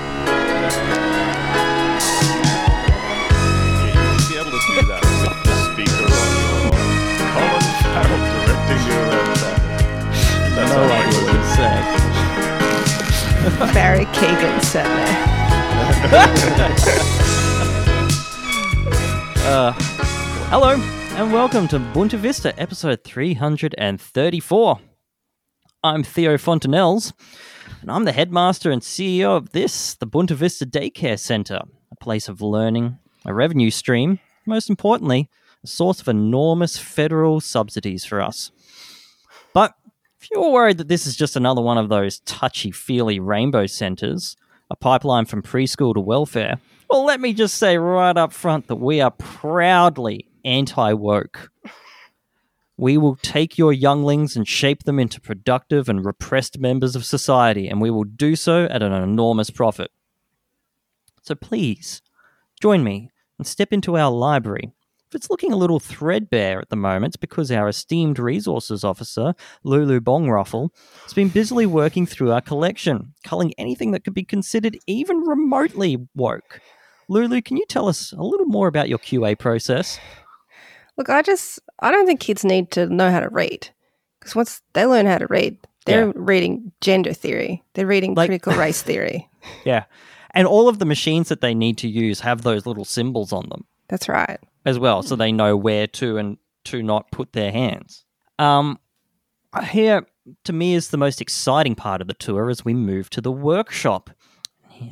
because you were there second. That's No how one it works. would say. Barry Kagan said that. Hello, and welcome to Bunta Vista, episode 334. I'm Theo Fontanelles, and I'm the headmaster and CEO of this, the Bunta Vista Daycare Centre, a place of learning, a revenue stream, most importantly, a source of enormous federal subsidies for us. But if you're worried that this is just another one of those touchy feely rainbow centres, a pipeline from preschool to welfare, well, let me just say right up front that we are proudly anti woke. We will take your younglings and shape them into productive and repressed members of society, and we will do so at an enormous profit. So please join me and step into our library. If it's looking a little threadbare at the moment, it's because our esteemed resources officer, Lulu Bongroffel, has been busily working through our collection, culling anything that could be considered even remotely woke. Lulu, can you tell us a little more about your QA process? Look, I just I don't think kids need to know how to read because once they learn how to read, they're Yeah. reading gender theory, they're reading Like- critical race theory. Yeah. And all of the machines that they need to use have those little symbols on them That's right. as well, Mm. so they know where to and to not put their hands. Um, here, to me, is the most exciting part of the tour as we move to the workshop.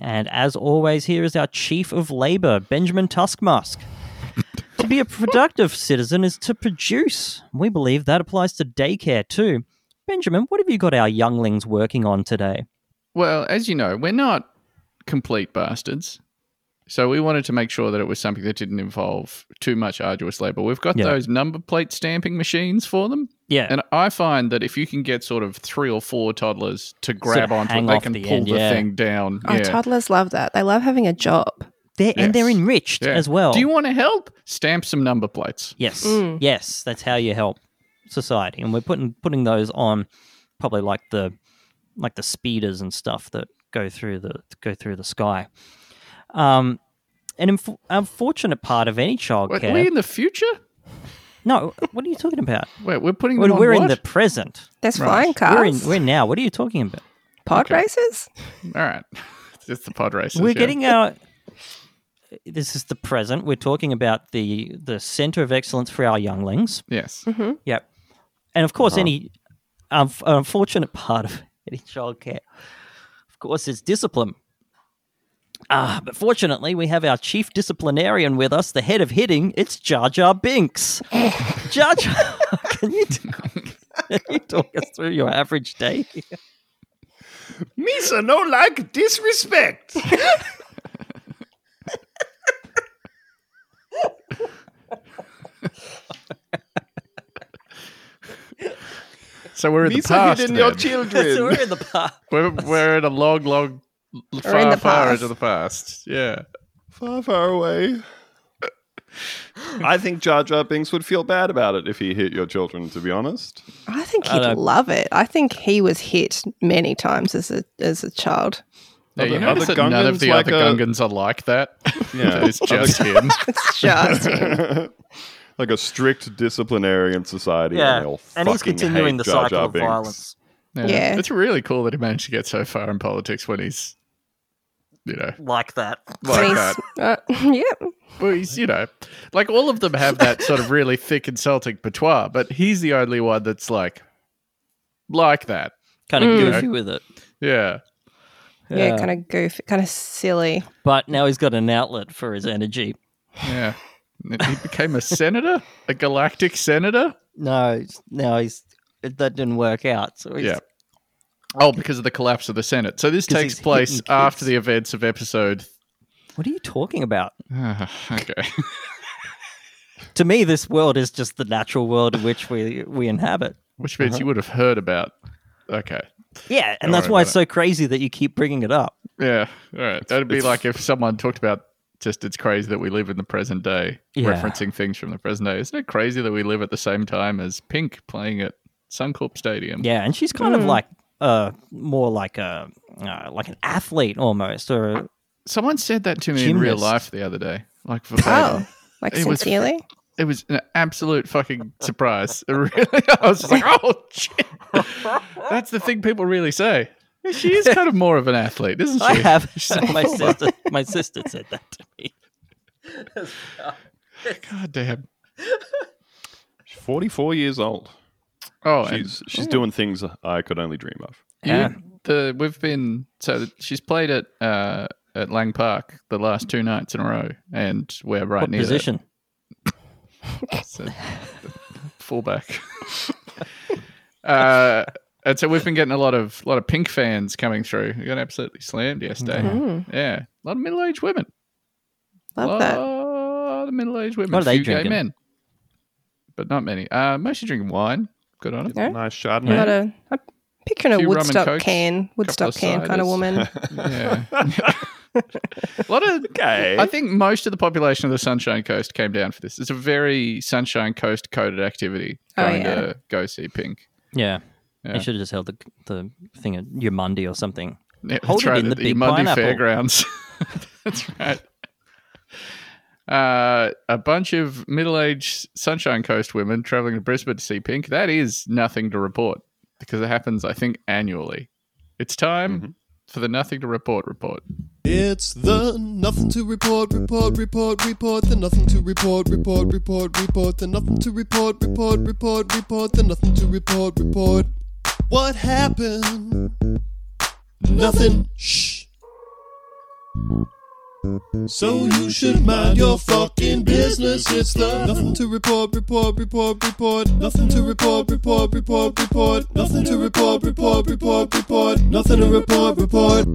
And as always, here is our Chief of Labour, Benjamin Tuskmusk. to be a productive citizen is to produce. We believe that applies to daycare too. Benjamin, what have you got our younglings working on today? Well, as you know, we're not complete bastards. So we wanted to make sure that it was something that didn't involve too much arduous labor. We've got Yeah. those number plate stamping machines for them. Yeah. And I find that if you can get sort of three or four toddlers to of grab onto hang it, they off can the pull end, the yeah. thing down. Oh, yeah. toddlers love that. They love having a job. They're, And they're Yes. enriched Yeah. as well. Do you want to help? Stamp some number plates. Yes, Mm. yes, that's how you help society, and we're putting putting those on probably like the like the speeders and stuff that go through the go through the sky. Um, an inf- unfortunate part of any Wait, childcare. we in the future? no, what are you talking about? Wait, we're putting them We're, on we're in the what? present. There's Right. flying cars, We're in we're now. What are you talking about? pod races. All right. it's the pod races. we're yeah. getting our. This is the present. We're talking about the the center of excellence for our younglings. Yes. Yep. And of course, any um, unfortunate part of any childcare, of course, is discipline. Ah, but fortunately, we have our chief disciplinarian with us, the head of hitting. It's Jar Jar Binks. Jar Jar, can you, talk, can you talk us through your average day? Me so no like disrespect. So we're in Me the so past. hidden your then. so children. we're in the park. We're, we're in a log, log, far, in the far past. into the past. Yeah. far, far away. I think Jar Jar Binks would feel bad about it if he hit your children, to be honest. I think I he'd don't- love it. I think he was hit many times as a as a child. Yeah, Are you the- notice are the that none of Gungans the like other a- Gungans are like that. Yeah. it's just him. It's just him. like a strict disciplinarian society. and, they all and he's fucking continuing hate the Jar cycle Jar of Binks. violence. Yeah. It's really cool that he managed to get so far in politics when he's, you know, Like that. like When that. he's- uh, yeah. Well, he's, you know, like all of them have that sort of really thick and Celtic patois, but he's the only one that's like, like that. Kind of Mm. goofy with it. Yeah. yeah, kind of goofy, kind of silly. But now he's got an outlet for his energy. Yeah. And He became a senator, a galactic senator. No, it's- no, he's it- that didn't work out. So he's, Yeah. Oh, because of the collapse of the Senate. So this 'Cause takes he's place hitting kids. after the events of episode. What are you talking about? okay. To me, this world is just the natural world in which we we inhabit. Which Uh-huh. means you would have heard about. Okay. Yeah, and Don't that's worry why about it's so crazy that you keep bringing it up. Yeah. All right. That'd be like if someone talked about just it's crazy that we live in the present day, Yeah. referencing things from the present day. Isn't it crazy that we live at the same time as Pink playing at Suncorp Stadium? Yeah, and she's kind of like uh more like a uh, like an athlete almost, or a- Someone said that to me in real Gymnast. life the other day. Like, Oh, verbatim. like It was- sincerely. it was an absolute fucking surprise. It really, I was just like, oh shit. That's the thing people really say. She is kind of more of an athlete, isn't she? I have. my sister. My sister said that to me. God damn. Forty-four years old. Oh, and She's she's doing things I could only dream of. you- Yeah. the we've been so she's played at uh, at Lang Park the last two nights in a row, and we're right What near that. position? so, fullback. uh, and so we've been getting a lot of lot of pink fans coming through. We got absolutely slammed yesterday. Mm-hmm. Mm, Yeah, a lot of middle aged women. A love that. lot of middle aged women. What are they few gay drinking? men, but not many. Uh, mostly drinking wine. Good on 'em. Yeah. Nice shot, I'm not a. I'm picturing Few a rum and Woodstock Cokes, can, couple of Woodstock can kind ciders. of woman. Yeah. a lot of. Okay. I think most of the population of the Sunshine Coast came down for this. It's a very Sunshine Coast coded activity Oh, going yeah. to go see Pink. Yeah. Yeah. You should have just held the the thing at your Monday or something. Yeah, that's Hold it right, in at the big Mundy pineapple. Fairgrounds. that's right. Uh, a bunch of middle-aged Sunshine Coast women traveling to Brisbane to see Pink. That is nothing to report because it happens, I think, annually. It's time Mm-hmm. for the nothing to report report. It's the nothing to report, report, report, report, the nothing to report, report, report, report, the nothing to report, report, report, report, the nothing to report, report. What happened? Nothing. Shh. So you should mind your fucking business. It's the nothing to report, report, report, report, nothing to report, report, report, report, nothing to report, report, report, report, nothing to report, report.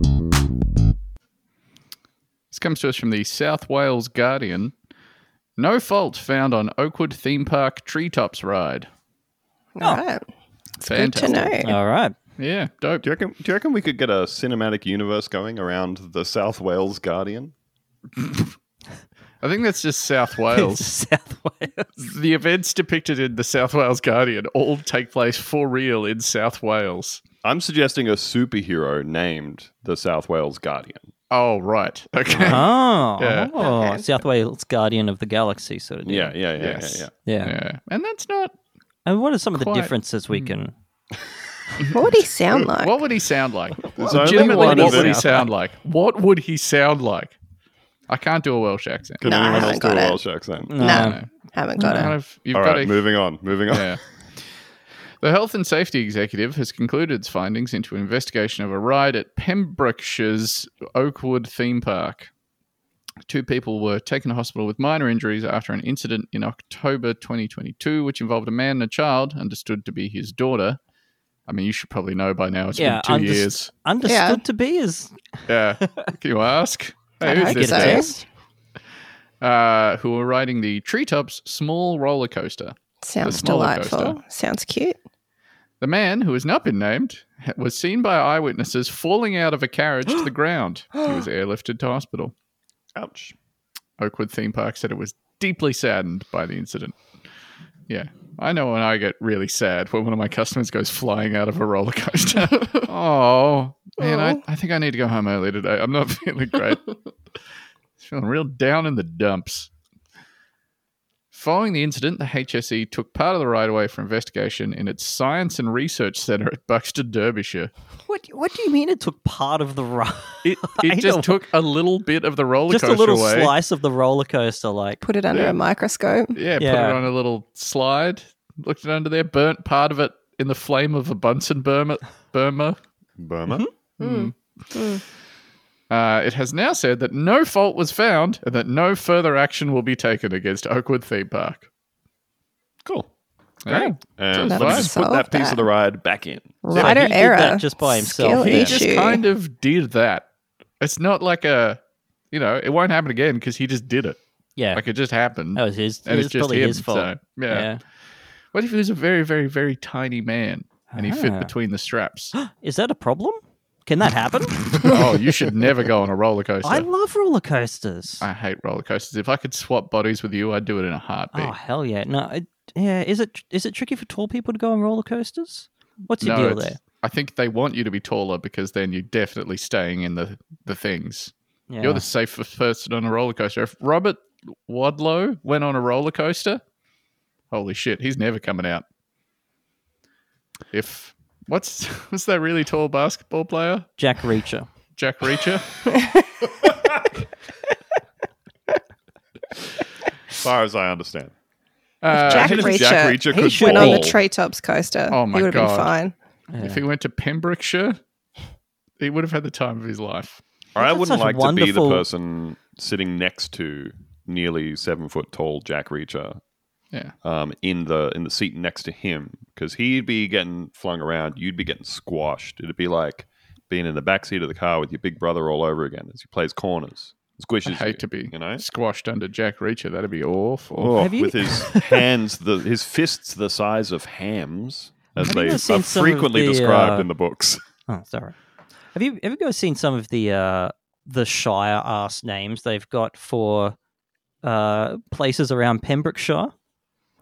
This comes to us from the South Wales Guardian. No fault found on Oakwood Theme Park treetops ride. Oh, All right. Good to Fantastic. know. All right. Yeah, dope. Do you, reckon, do you reckon we could get a cinematic universe going around the South Wales Guardian? I think that's just South Wales. South Wales. The events depicted in the South Wales Guardian all take place for real in South Wales. I'm suggesting a superhero named the South Wales Guardian. Oh, right. Okay. Uh-huh. Oh, Yeah. oh, South Wales Guardian of the Galaxy sort of. Deal. Yeah, yeah, yeah, Yes. yeah, yeah. yeah, Hmm. Yeah. And that's not. And what are some of the Quite- differences we can? What would he sound like? What would he sound like? There's only Legitimately, one what would he event. sound like? What would he sound like? I can't do a Welsh accent. Can No, I anyone else haven't do a got it. Welsh accent? No. no, haven't got Kind it. of, you've All got right, to moving on, moving on. Yeah. The health and safety executive has concluded its findings into an investigation of a ride at Pembrokeshire's Oakwood theme park. Two people were taken to hospital with minor injuries after an incident in October 2022, which involved a man and a child, understood to be his daughter. I mean, you should probably know by now. It's Yeah, been two underst- years. Understood Yeah. to be is Yeah. Can you ask? Hey, I'd who's hope this so. man? Uh, who were riding the treetops small roller coaster. Sounds smaller delightful. coaster. Sounds cute. The man, who has not been named, ha- was seen by eyewitnesses falling out of a carriage to the ground. He was airlifted to hospital. Ouch. Oakwood Theme Park said it was deeply saddened by the incident. Yeah, I know when I get really sad when one of my customers goes flying out of a roller coaster. oh, man, I, Oh. I think I need to go home early today. I'm not feeling great. feeling real down in the dumps. Following the incident, the HSE took part of the ride away for investigation in its Science and Research Centre at Buxton, Derbyshire. what? What do you mean? It took part of the ride, It, I know. it just took a little bit of the roller just a coaster little away. slice of the roller coaster, like Put it under a microscope. Yeah, put Yeah. it on a little slide, looked it under there, burnt part of it in the flame of a Bunsen burner. Burma. Burma? Uh, it has now said that no fault was found and that no further action will be taken against Oakwood Theme Park. Cool. Yeah. And let That me was just put so that piece of bad. the ride back in. Rider he did error. that just by himself, Skill yeah. He He just issue. kind of did that. It's not like a, you know, it won't happen again because he just did it. yeah, Like it just happened. that was his. and It it's was just probably him, his fault. so, yeah. yeah. What if he was a very, very, very tiny man and he fit Ah. between the straps? Is that a problem? Can that happen? oh, you should never go on a roller coaster. I love roller coasters. I hate roller coasters. If I could swap bodies with you, I'd do it in a heartbeat. Oh hell yeah! No, it, yeah. Is it is it tricky for tall people to go on roller coasters? What's your deal it's- there? I think they want you to be taller because then you're definitely staying in the, the things. Yeah. You're the safest person on a roller coaster. If Robert Wadlow went on a roller coaster, Holy shit, he's never coming out. If what's what's that really tall basketball player? Jack Reacher. Jack Reacher. far as I understand. Uh, Jack if Reacher. Jack Reacher He could should Went on the ball. Trey Tops coaster. Oh my he would have God. been fine. If he went to Pembrokeshire, he would have had the time of his life. Or I That's wouldn't like such to be wonderful- the person sitting next to nearly seven foot tall Jack Reacher Yeah. um, in the in the seat next to him because he'd be getting flung around, you'd be getting squashed. It'd be like being in the back seat of the car with your big brother all over again as he plays corners, squishes. I hate to you, be you know. squashed under Jack Reacher. That'd be awful. Oh, Have you- with his hands, the his fists the size of hams, as Have you they ever seen are some of frequently the, described uh, in the books. Oh, sorry. Have you have you guys seen some of the uh, the Shire ass names they've got for uh, places around Pembrokeshire?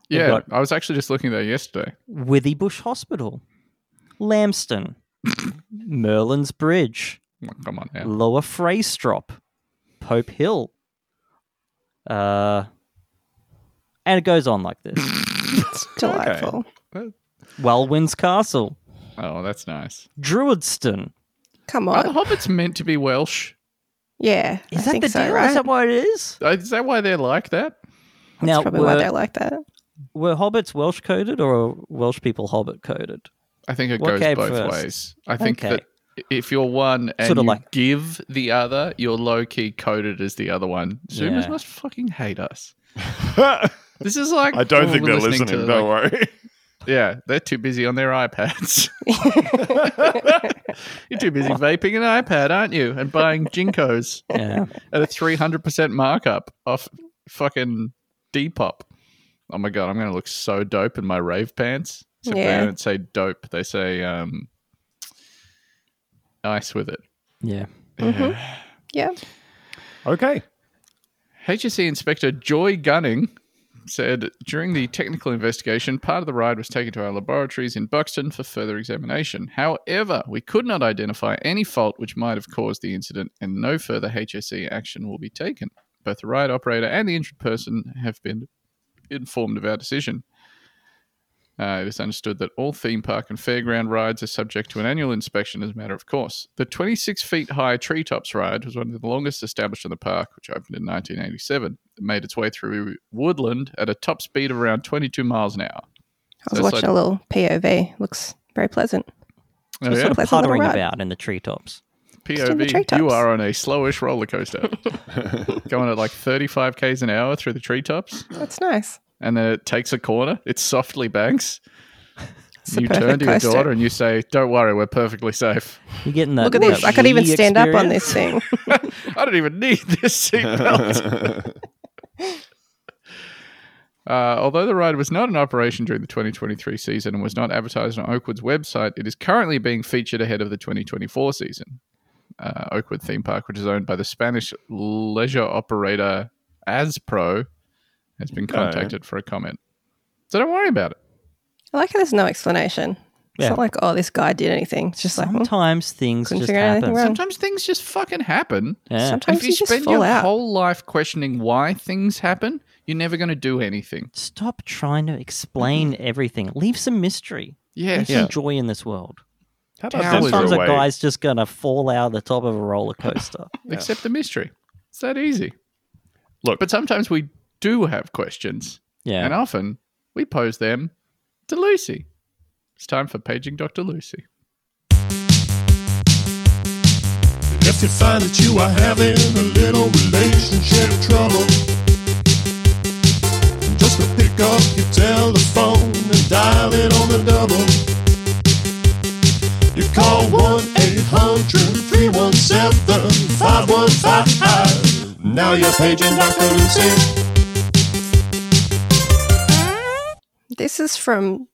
they've yeah, got- I was actually just looking there yesterday. Withybush Hospital, Lambston, Merlin's Bridge, Oh, Come on Mm. now. Lower Freystrop, Pope Hill, uh, and it goes on like this. It's delightful. Welwyn's Castle, Oh, that's nice. Druidston. Come Are the on. hobbits meant to be Welsh? Yeah. Is I that think the so, deal? Right? Is that what it is? Uh, Is that why they're like that? That's now, probably why were- they like that. Were hobbits Welsh coded or are Welsh people hobbit coded? I think it What goes came both first? ways. I think Okay. that if you're one and Sorta you like- give the other, you're low key coded as the other one. Zoomers Yeah. must fucking hate us. I This is like don't oh, think we're they're listening. to, don't like, worry. Yeah, they're too busy on their iPads. You're too busy vaping an iPad, aren't you? And buying Jinkos Yeah. at a 300% markup off fucking Depop. Oh my God, I'm going to look so dope in my rave pants. Except Yeah. they don't say dope, they say um, ice with it. yeah. Yeah. okay. HSE E Inspector Joy Gunning said during the technical investigation, part of the ride was taken to our laboratories in Buxton for further examination. However, we could not identify any fault which might have caused the incident, and no further HSE action will be taken. Both the ride operator and the injured person have been informed of our decision. Uh, it is understood that all theme park and fairground rides are subject to an annual inspection as a matter of course. The 26 feet high treetops ride was one of the longest established in the park, which opened in 1987. It made its way through woodland at a top speed of around 22 miles an hour. I was So it's watching a little POV. Looks very pleasant. yeah? Oh, Pleasant little Puttering ride. about in the treetops. Just in the POV, treetops. you are on a slowish roller coaster, going at like 35 k's an hour through the treetops, That's nice. and then it takes a corner. It softly banks. It's You a perfect turn to your coaster. daughter and you say, "Don't worry, we're perfectly safe." You getting that? Look at this. that I could even wee stand up on experience? this thing. I don't even need this seatbelt. Uh, although the ride was not in operation during the 2023 season and was not advertised on Oakwood's website, it is currently being featured ahead of the 2024 season. Uh, Oakwood Theme Park, which is owned by the Spanish leisure operator Azpro, has been Alright. contacted for a comment. So don't worry about it. I like how there's no explanation. It's Yeah. not like, oh, this guy did anything. It's just like, hmm, Sometimes things Couldn't just figure out anything happen. wrong. Sometimes things just fucking happen. Yeah. sometimes if you, you, just spend fall your out. whole life questioning why things happen, you're never going to do anything. Stop trying to explain Mm-hmm. everything. Leave some mystery. Yes. Leave some joy in this world. How about Towers this Sometimes for a a way? guy's just gonna fall out of the top of a roller coaster. Accept the mystery. It's that easy. Look, But sometimes we do have questions, Yeah. and often we pose them to Lucy. It's time for paging Dr. Lucy. If you find that you are having a little relationship trouble, just to pick up your telephone and dial it on the double. You call 1 800 317 5155. Now you're paging Dr. Lucy. This is from.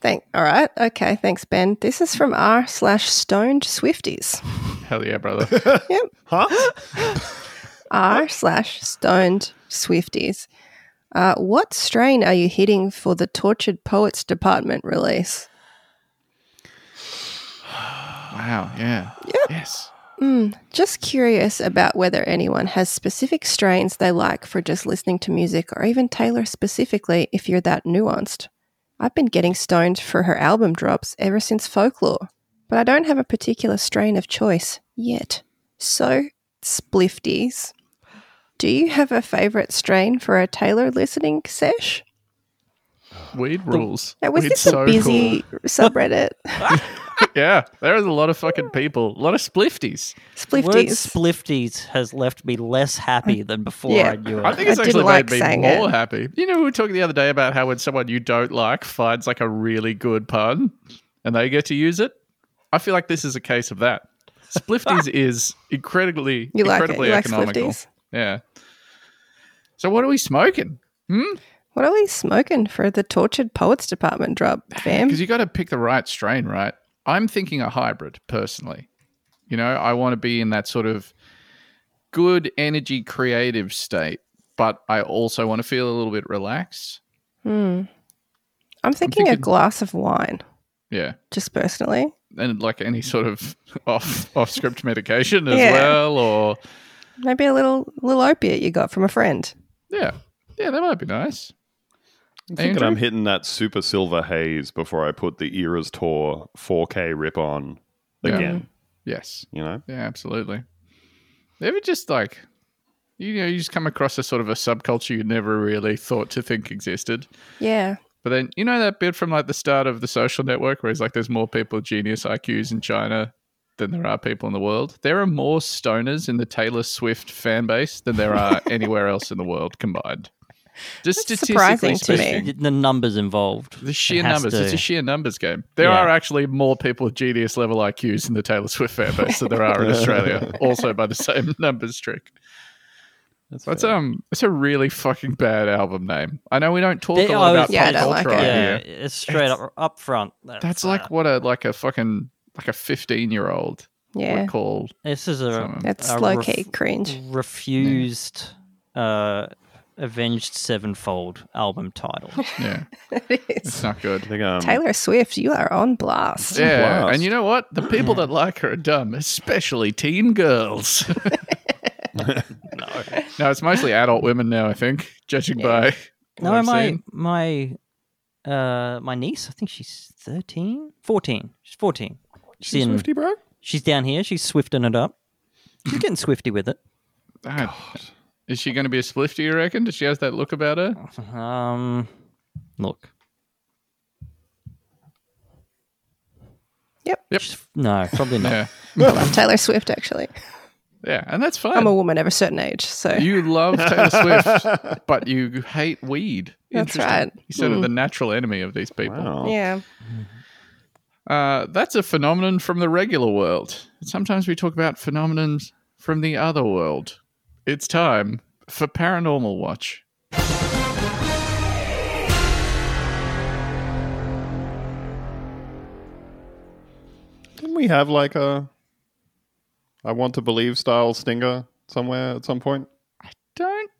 Thank. All right. Okay. Thanks, Ben. This is from r slash stoned Swifties. Hell yeah, brother. huh? R slash stoned Swifties. Uh, what strain are you hitting for the Tortured Poets Department release? wow, yeah. Yes. Just curious about whether anyone has specific strains they like for just listening to music or even Taylor specifically if you're that nuanced. I've been getting stoned for her album drops ever since folklore, but I don't have a particular strain of choice yet. So, splifties. Do you have a favorite strain for a Taylor listening sesh? Weed rules. Now, was It's this a so busy subreddit? cool. Yeah, there is a lot of fucking people, a lot of splifties. The word Splifties. splifties has left me less happy than before Yeah. I knew it. I think it's I didn't actually like made me saying more it. happy. You know, we were talking the other day about how when someone you don't like finds like a really good pun and they get to use it. I feel like this is a case of that. Splifties is incredibly, You like it. incredibly You like economical. splifties. yeah. So what are we smoking? What are we smoking for the tortured poets department drop, fam? Because you got to pick the right strain, right? I'm thinking a hybrid personally. You know, I want to be in that sort of good energy creative state, but I also want to feel a little bit relaxed. I'm Hmm. thinking, a thinking- glass of wine, Yeah. just personally. And like any sort of off off script medication as Yeah. well or Maybe a little little opiate you got from a friend. yeah. Yeah, that might be nice. I'm thinking Andrew? I'm hitting that super silver haze before I put the Eras Tour 4K rip on Yeah. again. Yes. You know, Yeah, absolutely. Ever just like you know, you just come across a sort of a subculture you never really thought to think existed. Yeah. But then you know that bit from like the start of the social network where it's like there's more people with genius IQs in China than there are people in the world. There are more stoners in the Taylor Swift fan base than there are anywhere else in the world combined. Just That's statistically surprising to me. speaking, The- the numbers involved. The sheer It has numbers. to- It's a sheer numbers game. There Yeah. are actually more people with genius level IQs in the Taylor Swift fan base than there are in Australia, also by the same numbers trick. that's, That's fair. um it's a really fucking bad album name. I know we don't talk They- a lot oh, about Yeah, I pop don't like culture it. on yeah, here. it's straight up up front. That's, That's uh, like what a like a fucking like a fifteen year old Yeah. would call this is a someone. That's a low ref- key cringe. refused uh, avenged sevenfold album title. Yeah. It is. It's not I good. think um, Taylor Swift, you are on blast. Yeah. blast. And you know what? The people that like her are dumb, especially teen girls. no, no, it's mostly adult women now, I think, judging by what no, I've my seen. my uh, my niece. I think she's 13? 14. She's fourteen. She's, in, Swifty, bro. She's down here. She's swifting it up. She's getting swifty with it. Ah, Is she going to be a spliff, do you reckon? Does she have that look about her? Oh. Um, look. Yep. Yep. She's- No, probably not. Yeah. I love Taylor Swift, actually. Yeah. And that's fine. I'm a woman of a certain age, so you love Taylor Swift, but you hate weed. That's Interesting. right. Hmm. You're sort of the natural enemy of these people. Wow. yeah. Uh, that's a phenomenon from the regular world. Sometimes we talk about phenomenons from the other world. It's time for Paranormal Watch. Didn't we have like a I want to believe style stinger somewhere at some point? Don't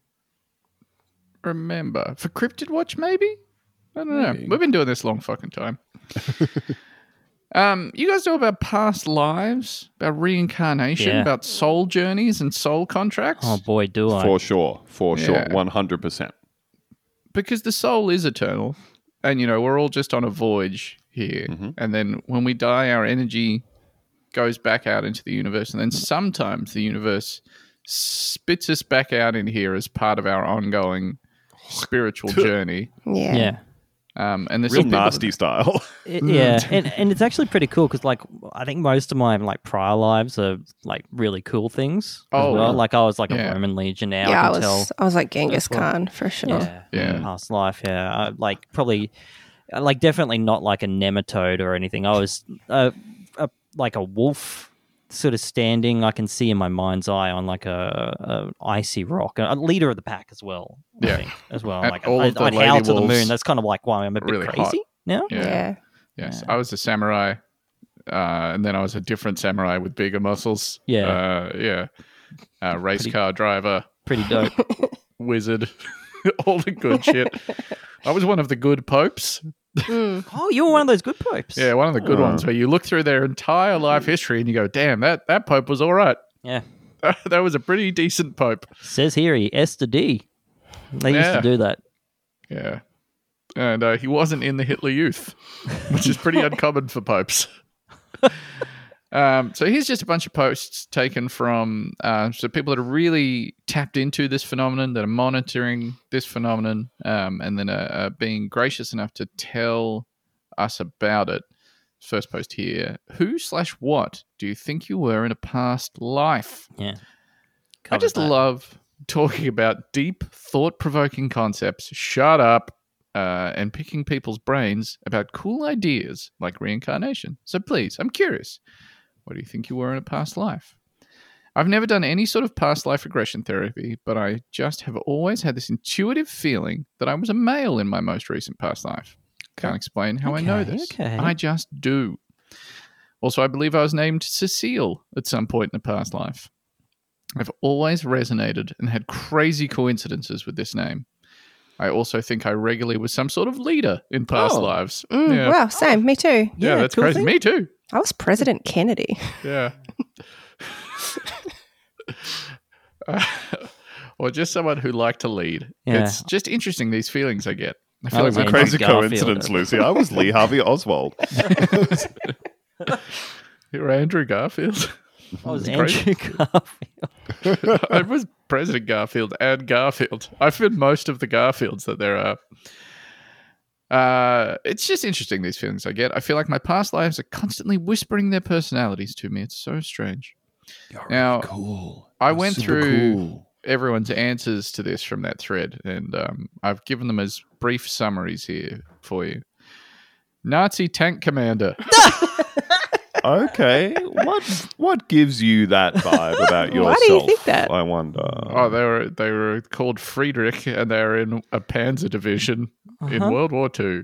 remember. For Cryptid Watch, maybe? I don't know. We've been doing this a long fucking time. um, you guys know about past lives, about reincarnation, Yeah. about soul journeys and soul contracts? Oh boy, do I. For sure. For sure. Yeah. 100%. because the soul is eternal and you know we're all just on a voyage here Mm-hmm. and then when we die our energy goes back out into the universe and then sometimes the universe spits us back out in here as part of our ongoing spiritual journey Yeah. yeah. um, and there's Real some people- nasty style. It- Mm. yeah, and, and it's actually pretty cool because like I think most of my like prior lives are like really cool things. as Oh, well. like I was like yeah. a Roman legionnaire. I Yeah, I can was tell. I was like Genghis Khan for sure. Yeah, Yeah. past life. Yeah, I, like probably, like definitely not like a nematode or anything. I was uh, a, like a wolf, sort of standing. I can see in my mind's eye on like a, a icy rock, a leader of the pack as well. I Yeah. think, as well. And like all I, of the I'd howl lady to the wolves moon. That's kind of like why I'm a bit really hot. crazy now. yeah, Yeah. yes i was a samurai uh, and then i was a different samurai with bigger muscles Yeah. uh, yeah uh, race car driver Pretty dope. wizard, all the good shit. I was one of the good popes. Oh, you were one of those good popes. Yeah, one of the good Oh. ones where you look through their entire life history and you go, damn, that, that Pope was all right. Yeah. that was a pretty decent Pope. Says here he S to D. They used Yeah. to do that. Yeah. And uh, he wasn't in the Hitler Youth, which is pretty uncommon for popes. um, so here's just a bunch of posts taken from uh, so people that are really tapped into this phenomenon, that are monitoring this phenomenon, um, and then are, are being gracious enough to tell us about it. First post here: Who slash what do you think you were in a past life? Yeah. I Covered just that. love talking about deep, thought provoking concepts. Shut up. Uh, and picking people's brains about cool ideas like reincarnation. So please, I'm curious. What do you think you were in a past life? I've never done any sort of past life regression therapy, but I just have always had this intuitive feeling that I was a male in my most recent past life. Can't explain how I know Okay, this. okay. I just do. Also, I believe I was named Cecile at some point in a past life. I've always resonated and had crazy coincidences with this name. I also think I regularly was some sort of leader in past Oh. lives. Mm, yeah. Wow, same. Me too. yeah, Yeah, that's cool crazy. thing. Me too. I was President Kennedy. Yeah. Uh, or just someone who liked to lead. Yeah. It's just interesting these feelings I get. I I feel like was my Andrew crazy. Crazy Garfield. coincidence, Lucy. I was Lee Harvey Oswald. You're Andrew Garfield. I was That's Andrew Garfield. I was President Garfield and Garfield. I've been most of the Garfields that there are. Uh, it's just interesting these feelings I get. I feel like my past lives are constantly whispering their personalities to me. It's so strange. now, Cool. I went through everyone's answers to this from that thread, and um, I've given them as brief summaries here for you. Nazi tank commander. Okay, what what gives you that vibe about yourself? Why do you think that? I wonder. Oh, they were they were called Friedrich, and they were in a Panzer division in Uh-huh. World War II.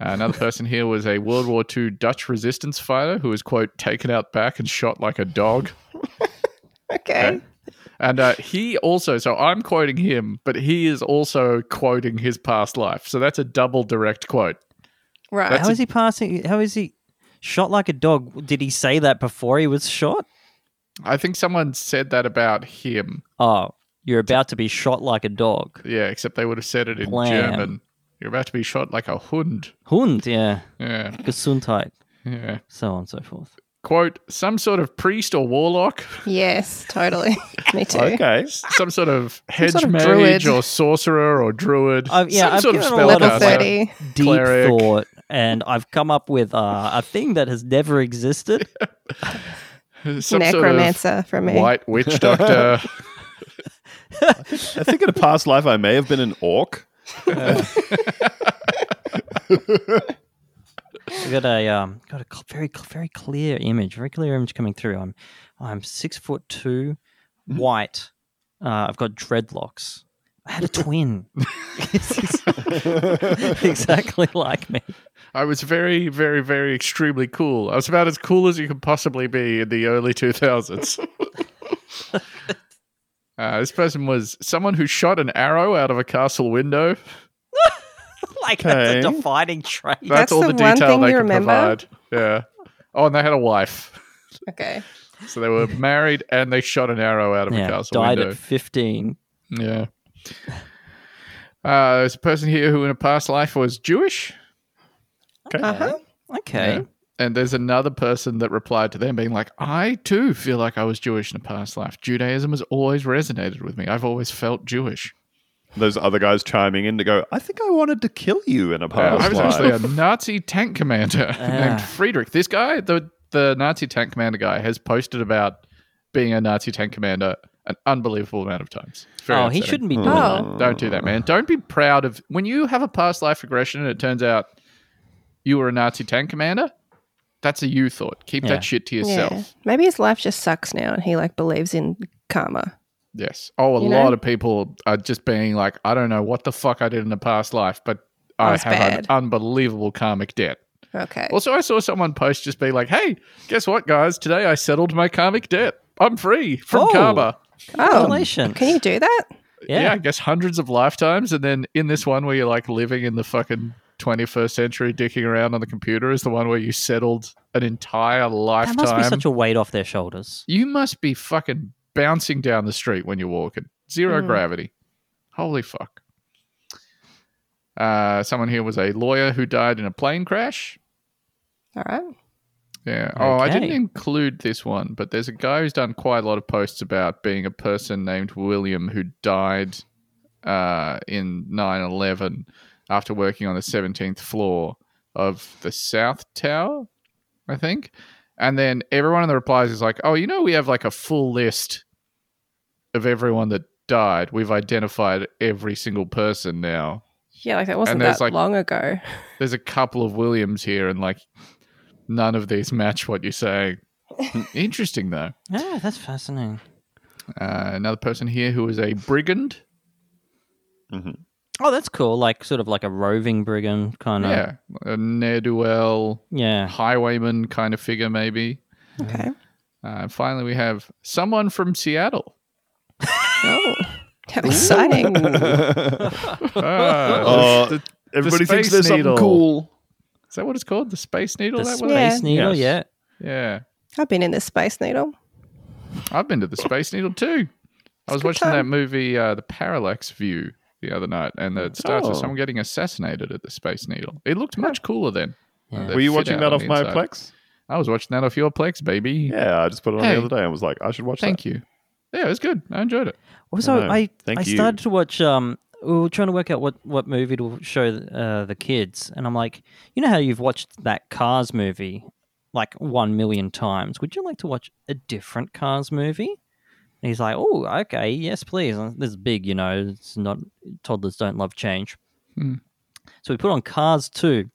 Another person here was a World War II Dutch resistance fighter who was quote taken out back and shot like a dog. Okay. And uh, he also, so I'm quoting him, but he is also quoting his past life. So that's a double direct quote. Right. That's How is he passing? How is he shot like a dog? Did he say that before he was shot? I think someone said that about him. Oh, you're about to be shot like a dog. Yeah, except they would have said it in Blam. German. You're about to be shot like a hund. Hund, yeah. Yeah, Gesundheit, yeah. so on and so forth. Quote, some sort of priest or warlock, yes, totally. Me too. okay. some sort of hedge sort of mage druid. Um, or sorcerer or druid. Uh, yeah, some I've sort of given a lot Level of spellcaster. like- 30. Deep Cleric. thought, and I've come up with uh, a thing that has never existed. Some sort of necromancer for me. White witch doctor. I think in a past life I may have been an orc. I got a um, got a cl- very cl- very clear image, very clear image coming through. I'm I'm six foot 2 Mm-hmm. white. Uh, I've got dreadlocks. I had a twin, exactly like me. I was very, very, very extremely cool. I was about as cool as you could possibly be in the early 2000s. Uh, this person was someone who shot an arrow out of a castle window. Like that's a Okay. defining trait. That's, That's all the the, one detail thing they you could remember? provide. Yeah. Oh, and they had a wife. Okay. So they were married and they shot an arrow out of a yeah, castle died window. at fifteen. Yeah. Uh, there's a person here who, in a past life, was Jewish. Uh-huh. Okay, Yeah. And there's another person that replied to them being like, I too feel like I was Jewish in a past life. Judaism has always resonated with me. I've always felt Jewish. Those other guys chiming in to go. I think I wanted to kill you in a Uh, past I was life. actually a Nazi tank commander named Ah. Friedrich. This guy, the, the Nazi tank commander guy, has posted about being a Nazi tank commander an unbelievable amount of times. It's very oh, he upsetting. shouldn't be doing Oh. Don't do that, man. Don't be proud of when you have a past life regression and it turns out you were a Nazi tank commander. That's a you thought. Keep Yeah. that shit to yourself. Yeah. Maybe his life just sucks now and he like believes in karma. Yes. Oh, a You know? lot of people are just being like, I don't know what the fuck I did in the past life, but I I was have bad." an unbelievable karmic debt. Okay. Also, I saw someone post just be like, hey, guess what, guys? Today I settled my karmic debt. I'm free from Oh. karma. oh, Congratulations. can you do that? Yeah. Yeah. I guess hundreds of lifetimes. And then in this one where you're like living in the fucking 21st century dicking around on the computer is the one where you settled an entire That lifetime. must be such a weight off their shoulders. you must be fucking bouncing down the street when you're walking. Zero Mm. gravity. Holy fuck. Uh, someone here was a lawyer who died in a plane crash. All right. Yeah. Oh, I didn't Okay. include this one, but there's a guy who's done quite a lot of posts about being a person named William who died uh, in 9 11 after working on the 17th floor of the South Tower, I think. And then everyone in the replies is like, oh, you know, we have like a full list of everyone that died. We've identified every single person now. Yeah, like that wasn't there's, that like- long ago. There's a couple of Williams here, and like none of these match what you're saying. Interesting though. Yeah, that's fascinating. Uh, another person here who is a brigand. Oh, that's cool. Like sort of like a roving brigand kind of. Yeah. Yeah, a ne'er do well highwayman kind of figure, maybe. Okay. Uh, finally, we have someone from Seattle. Oh, how exciting. Ah, Uh, the- Everybody thinks Space there's something Needle. cool. is that what it's called? The Space Needle? The that Space one? Yeah. Needle, Yes. Yeah. I've been in this space needle. I've been to the Space Needle too. I was good watching that time. movie, uh, The Parallax View, the other night, and it starts with Oh. someone getting assassinated at the Space Needle. It looked much cooler then. Yeah. They Were you fit watching out that on off the my inside. Plex? I was watching that off your Plex, baby. Yeah, I just put it on Hey. the other day and was like, I should watch that. Thank you. Yeah, it was good. I enjoyed it. Also, know. I Thank I you. started to watch. Um, we were trying to work out what what movie to show uh, the kids, and I'm like, you know how you've watched that Cars movie like one million times. Would you like to watch a different Cars movie? And he's like, oh, okay, yes, please. And This is big, you know. It's not toddlers don't love change. Hmm. So we put on Cars two,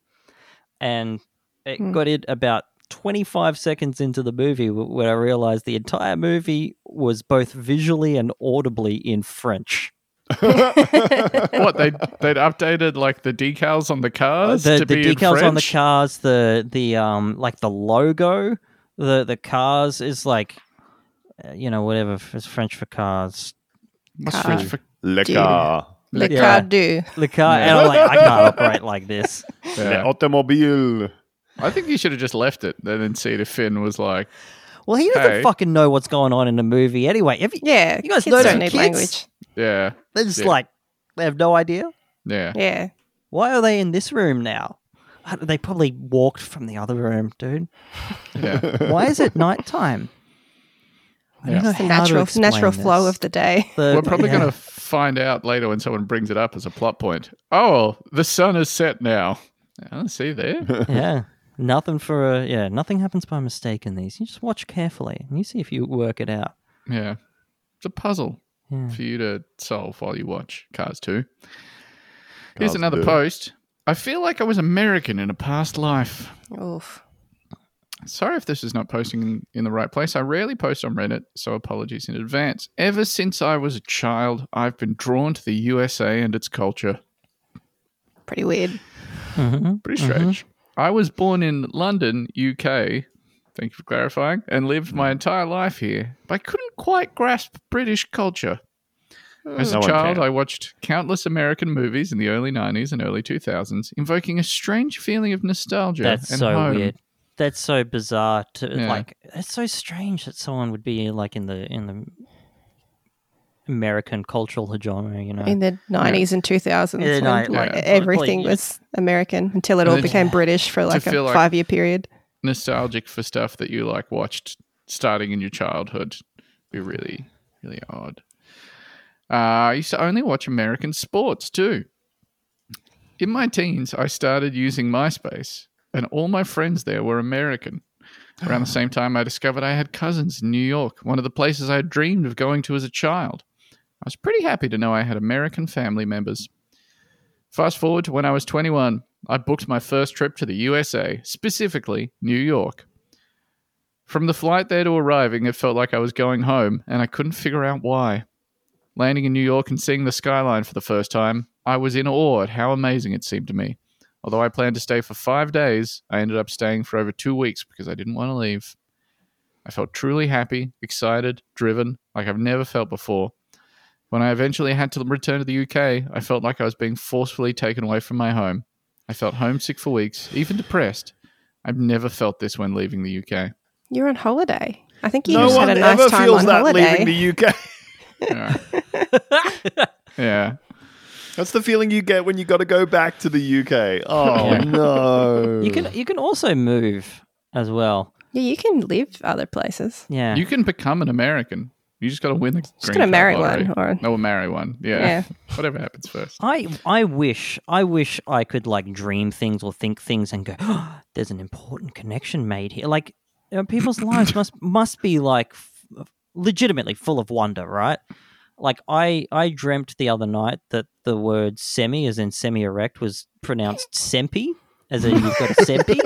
and it Hmm. got it about 25 seconds into the movie wh- when I realized the entire movie was both visually and audibly in French. what they they'd updated like the decals on the cars The, Oh, to the be in decals on the French? cars, the the um like the logo, the the cars is like uh, you know whatever f- is French for cars. What's Car. French for? Le Dude. car. Le Yeah. Cardu. The car and I'm like I can't operate like this. Yeah. Le automobile. I think you should have just left it and then see if Finn was like, Well, he doesn't Hey. fucking know what's going on in the movie anyway. Have you, Yeah. You guys kids know that don't need kids- language. yeah, they're just Yeah. like they have no idea. yeah. Yeah. Why are they in this room now? Uh, They probably walked from the other room, dude. Yeah. Why is it nighttime? I Yeah. don't know It's the how to natural explain natural flow this. of the day. The- We're probably yeah. going to find out later when someone brings it up as a plot point. Oh, the sun is set now. I see there. yeah, nothing for a yeah, nothing happens by mistake in these. You just watch carefully and you see if you work it out. yeah. It's a puzzle Yeah. for you to solve while you watch Cars 2. Here's Cars another 2. post. I feel like I was American in a past life. Oof. Sorry if this is not posting in the right place. I rarely post on Reddit, so apologies in advance. Ever since I was a child, I've been drawn to the USA and its culture. Pretty weird. Mm-hmm. Mhm. Pretty strange. I was born in London, UK. Thank you for clarifying. And Mm. lived my entire life here, but I couldn't quite grasp British culture. Mm. As a No one child, can. I watched countless American movies in the early 90s and early 2000s, invoking a strange feeling of nostalgia. That's and so home. weird. That's so bizarre. To Yeah. like, it's so strange that someone would be like in the in the American cultural hegemony. You know, In the nineties and two thousands, Yeah, no, like, completely, everything yeah. was American until it all then- became British for like a feel like- five year period. nostalgic for stuff that you like watched starting in your childhood be really really odd uh, i used to only watch american sports too in my teens i started using myspace and all my friends there were american around the same time i discovered i had cousins in new york one of the places i had dreamed of going to as a child i was pretty happy to know i had american family members Fast forward to when I was 21, I booked my first trip to the USA, specifically New York. From the flight there to arriving, it felt like I was going home, and I couldn't figure out why. Landing in New York and seeing the skyline for the first time, I was in awe at how amazing it seemed to me. Although I planned to stay for five days, I ended up staying for over two weeks because I didn't want to leave. I felt truly happy, excited, driven, like I've never felt before. When I eventually had to return to the UK, I felt like I was being forcefully taken away from my home. I felt homesick for weeks, even depressed. I've never felt this when leaving the UK. You're on holiday. I think you just had a nice time on holiday. leaving the UK. Yeah. yeah. That's the feeling you get when you got to go back to the UK. Oh Yeah. no! You can you can also move as well. yeah, you can live other places. Yeah. You can become an American. You just got to win the. Just gonna marry one, or- oh, marry one. Yeah. Yeah. Whatever happens first. I I wish I wish I could like dream things or think things and go. "Oh, there's an important connection made here. Like you know, people's lives must must be like f- legitimately full of wonder, right? Like I I dreamt the other night that the word semi, as in semi erect, was pronounced sempi, as in you've got a sempi.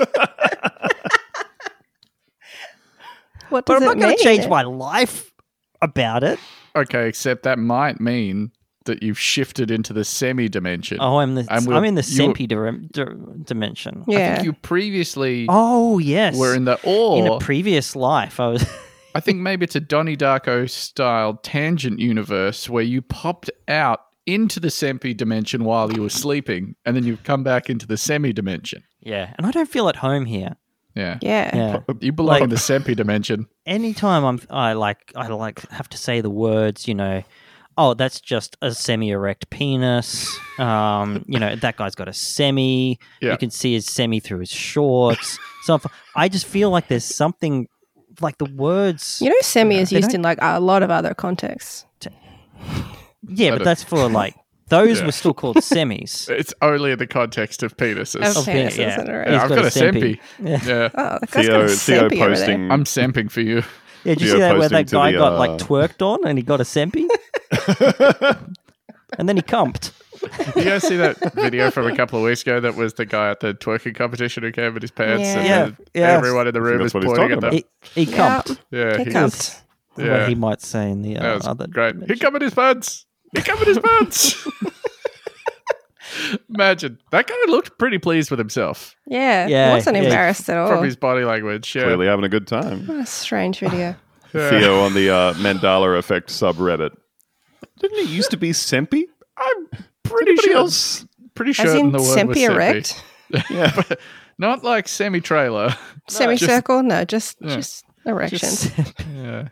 What does but I'm it not going mean? to change my life about it. Okay, except that might mean that you've shifted into the semi dimension. Oh, I'm the And we'll- I'm in the you- sempi dir- dir- dimension. I Yeah. think you previously Oh yes, were in the in or. a previous life. I was. I think maybe it's a Donnie Darko style tangent universe where you popped out into the sempi dimension while you were sleeping, and then you've come back into the semi dimension. Yeah, and I don't feel at home here. Yeah. yeah. Yeah, You belong Like- in the sempi dimension. anytime I'm, I like, I like have to say the words, you know. Oh, that's just a semi-erect penis. Um, you know that guy's got a semi. Yeah. You can see his semi through his shorts. so if- I just feel like there's something, like the words. You know, semi is They used don't- in like a lot of other contexts. yeah, I but don't- that's for like those Yeah. were still called semis. It's only in the context of penises. Of Oh, penises, yeah. all right. Yeah, He's I've got, a sempi. Yeah. Yeah. Oh, that guy's Theo, got Theo a sempi over there. posting. I'm semping for you. Yeah, did you Theo see that where posting that to guy the, got like uh, twerked on and he got a sempi, and then he cumped. You guys see that video from a couple of weeks ago that was the guy at the twerking competition who came in his pants and Yeah. then Yeah. Yeah. everyone in the room that's is what he's pointing at talking them. He, he Yeah. cumped. Yeah, He he- cumped. Yeah. What he might say in the That uh, was other great. He covered his pants. He covered his pants. Imagine that guy looked pretty pleased with himself Yeah. Yeah, He wasn't yeah. embarrassed at all. from his body language. Yeah. Clearly having a good time. What a strange video. Yeah. Theo on the uh, Mandala Effect subreddit. Didn't it used to be Sempi? I'm pretty Anybody sure. else? Pretty sure As in the word was sempi sempi. erect, Yeah. not like semi trailer. semicircle. no, just Yeah. just erections. Yeah.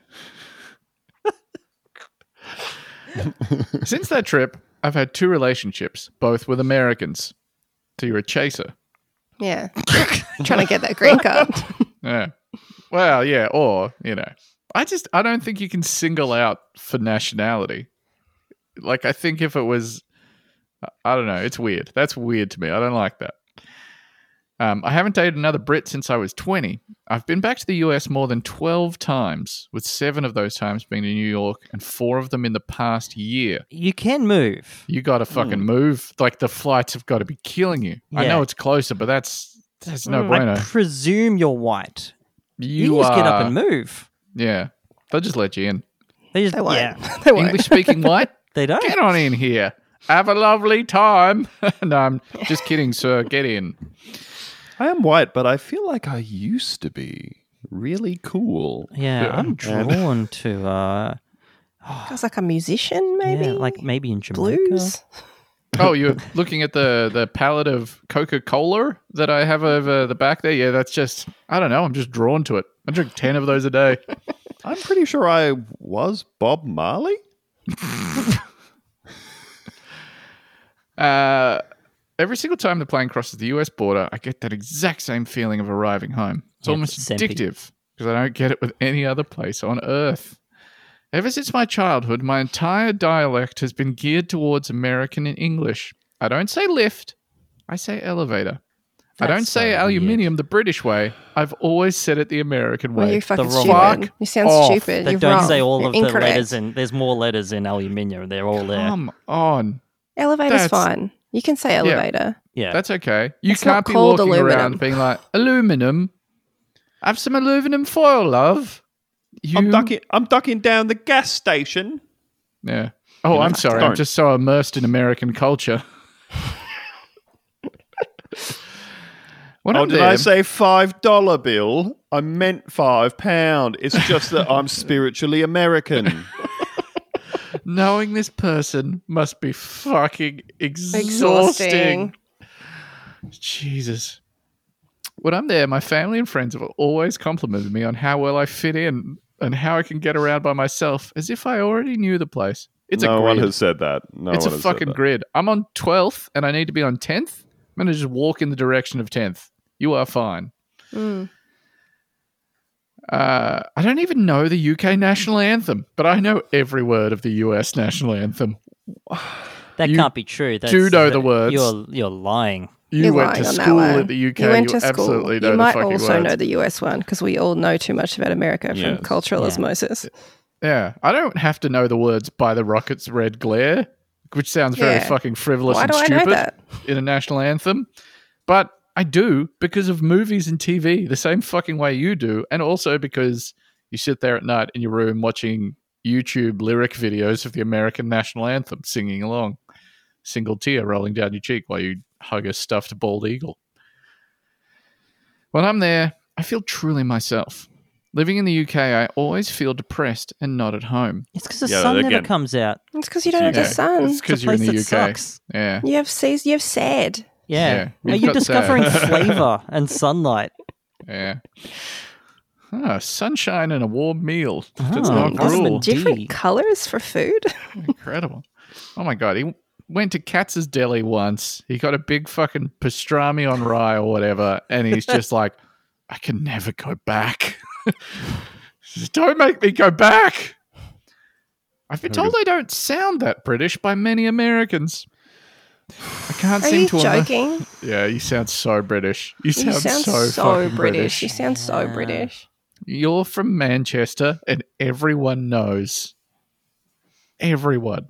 Since that trip, I've had two relationships, both with Americans. So you're a chaser. yeah. Trying to get that green card. Yeah. Well, yeah, or, you know, I just I don't think you can single out for nationality. Like I think if it was I- I don't know, it's weird. That's weird to me. I don't like that. Um, I haven't dated another Brit since I was 20. I've been back to the US more than 12 times, with seven of those times being to New York and four of them in the past year. You can move. You got to fucking move. Like the flights have got to be killing you. I Hmm. Yeah. know it's closer, but that's that's no bueno. I presume you're white. You, You, can just get are- up and move. Yeah, they'll just let you in. They just They won't. yeah. They won't. English speaking white, They don't. get on in here. Have a lovely time. no, I'm just kidding, sir. Get in. I am white, but I feel like I used to be really cool. Yeah, I'm drawn to uh Sounds Oh, like a musician, maybe. yeah, like maybe in Jamaica. blues. Oh, you're looking at the the palette of Coca Cola that I have over the back there. Yeah, that's just I don't know. I'm just drawn to it. I drink ten of those a day. I'm pretty sure I was Bob Marley. Uh, every single time the plane crosses the US border, I get that exact same feeling of arriving home. It's Yeah, almost it's the same thing. addictive because I don't get it with any other place on earth. Ever since my childhood, my entire dialect has been geared towards American and English. I don't say lift, I say elevator. I don't That's say so aluminium the British way. I've always said it the American Well, way. you fucking wrong one. stupid. Fuck You sound off. stupid. They You're don't wrong. say all You're of incorrect. the letters in there's more letters in aluminium. They're all there. Come on. Elevator's That's- fine. You can say elevator. yeah. That's okay. You It's not can't be called walking aluminum. around being like aluminum. Have some aluminum foil, love. You, I'm ducking. I'm ducking down the gas station. Yeah. Oh, You I'm know, sorry. I'm don't. just so immersed in American culture. When oh, I'm did there- I say five dollar bill? I meant five pound. It's just that I'm spiritually American. knowing this person must be fucking exhausting. Exhausting. Jesus. When I'm there, my family and friends have always complimented me on how well I fit in and how I can get around by myself, as if I already knew the place. It's no a one grid. has said that. No it's a one has said fucking that. grid. I'm on 12th and I need to be on 10th. I'm going to just walk in the direction of 10th. You are fine. Mm. Uh, I don't even know the UK national anthem, but I know every word of the US national antem. That You can't be true. That's, know the words. You're you're lying. You You're went to lying on that school one. in the UK. You went to school. absolutely know you the might fucking also words. know the US one because we all know too much about America from Yes. cultural Yeah. osmosis. Yeah, I don't have to know the words by the rocket's red glare, which sounds very Yeah. fucking frivolous Why and do I stupid know that? in a national anthem, but I do because of movies and TV, the same fucking way you do, and also because you sit there at night in your room watching YouTube lyric videos of the American national anthem, singing along, single tear rolling down your cheek while you hug a stuffed bald eagle. When I'm there, I feel truly myself. Living in the UK, I always feel depressed and not at home. It's because the Yeah, sun never again. comes out. It's because you don't have Yeah. the sun. It's because you're in place the that UK. sucks. Yeah. You have seas. You have sad. Yeah, Yeah. Now we've you're got discovering that. flavor and sunlight. Yeah. Ah, sunshine and a warm meal. That's Ah, Oh, not that's cruel. Cool. magic. Different Indeed. colors for food. Incredible. Oh my god, he went to Katz's Deli once. He got a big fucking pastrami on rye or whatever, and he's just like, I can never go back. Just don't make me go back. I've been told I don't sound that British by many Americans. I can't Are seem you to. under- joking? yeah, you sound so British. You sound, you sound so, so, fucking British. You sound so Yeah. British. You're from Manchester, and everyone knows. Everyone,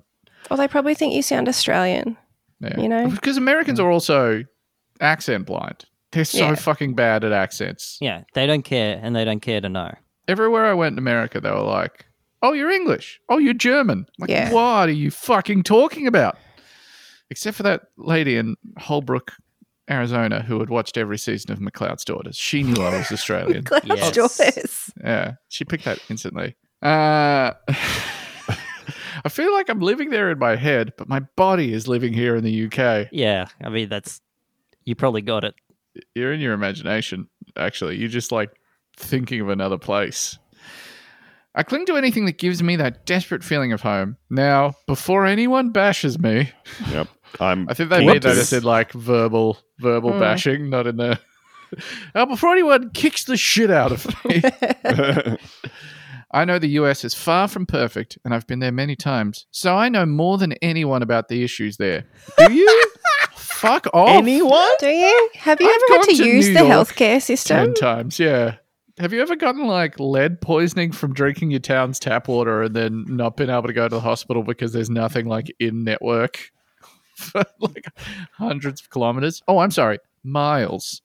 Well, they probably think you sound Australian. yeah. You know? because Americans are also accent blind. They're so Yeah. fucking bad at accents. Yeah, they don't care, and they don't care to know. Everywhere I went in America, they were like, "Oh, you're English. Oh, you're German. Like, Yeah. what are you fucking talking about?" Except for that lady in Holbrook, Arizona, who had watched every season of McLeod's Daughters. She knew I was Australian. Glass Yes. doors. Yeah, she picked that instantly. Uh, I feel like I'm living there in my head, but my body is living here in the UK. Yeah, I mean that's you probably got it. You're in your imagination, actually. You're just like thinking of another place. I cling to anything that gives me that desperate feeling of home. Now, before anyone bashes me, Yep. I'm I think they keen made to that this. as in like verbal verbal Mm. bashing, not in the. Now, before anyone kicks the shit out of me. I know the US is far from perfect, and I've been there many times, so I know more than anyone about the issues there. Do you? Fuck off. Anyone? Oh, Do you? Have you I've ever had gone to, to use New the York healthcare Ten system? times, yeah. Have you ever gotten like lead poisoning from drinking your town's tap water and then not been able to go to the hospital because there's nothing like in network for like hundreds of kilometers? Oh, I'm sorry, miles.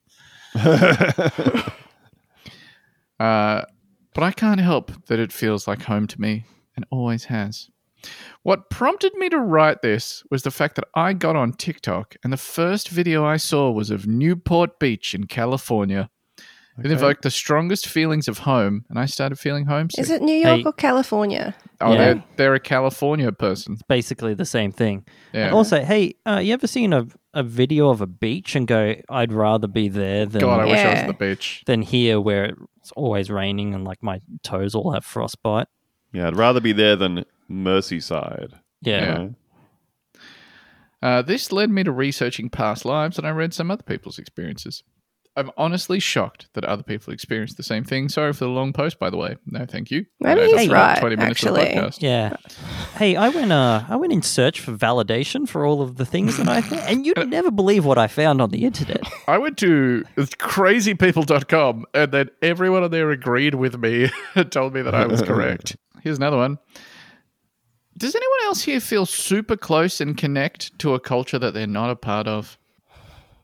Uh, but I can't help that it feels like home to me and always has. What prompted me to write this was the fact that I got on TikTok and the first video I saw was of Newport Beach in California. It evoked the strongest feelings of home, and I started feeling homesick. Is it New York Hey. or California? oh, Yeah. they're, they're a California person. Basically the same thing. Yeah. Also, hey, uh, you ever seen a, a video of a beach and go, I'd rather be there than God, I wish I was Yeah. at the beach. than here where it's always raining and like my toes all have frostbite? yeah, I'd rather be there than Merseyside. Yeah. Yeah. Uh, this led me to researching past lives, and I read some other people's experiences. I'm honestly shocked that other people experience the same thing. Sorry for the long post, by the way. No, thank you. Maybe I know he's that's about right, actually. Yeah. Hey, I went uh I went in search for validation for all of the things that I found, and you'd never believe what I found on the internet. I went to crazypeople.com, and then everyone on there agreed with me and told me that I was correct. Here's another one. Does anyone else here feel super close and connect to a culture that they're not a part of?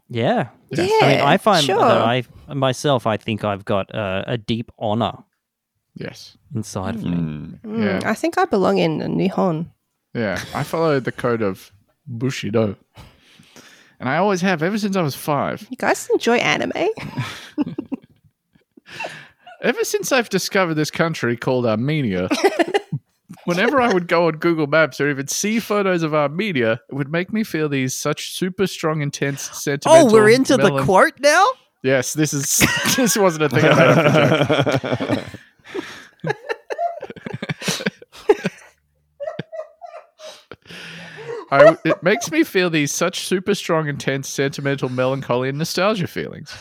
Yeah. Yeah, I mean, I find sure. that I myself I think I've got uh, a deep honor Yes. inside of me. Mm. Mm, Yeah. I think I belong in Nihon. Yeah, I follow the code of Bushido. And I always have, ever since I was five. You guys enjoy anime? Ever since I've discovered this country called Armenia, Whenever I would go on Google Maps or even see photos of our media, it would make me feel these such super strong, intense sentimental. Oh, we're into the melan- quote now? Yes, this is this wasn't a thing I made up. I, it makes me feel these such super strong, intense, sentimental, melancholy, and nostalgia feelings.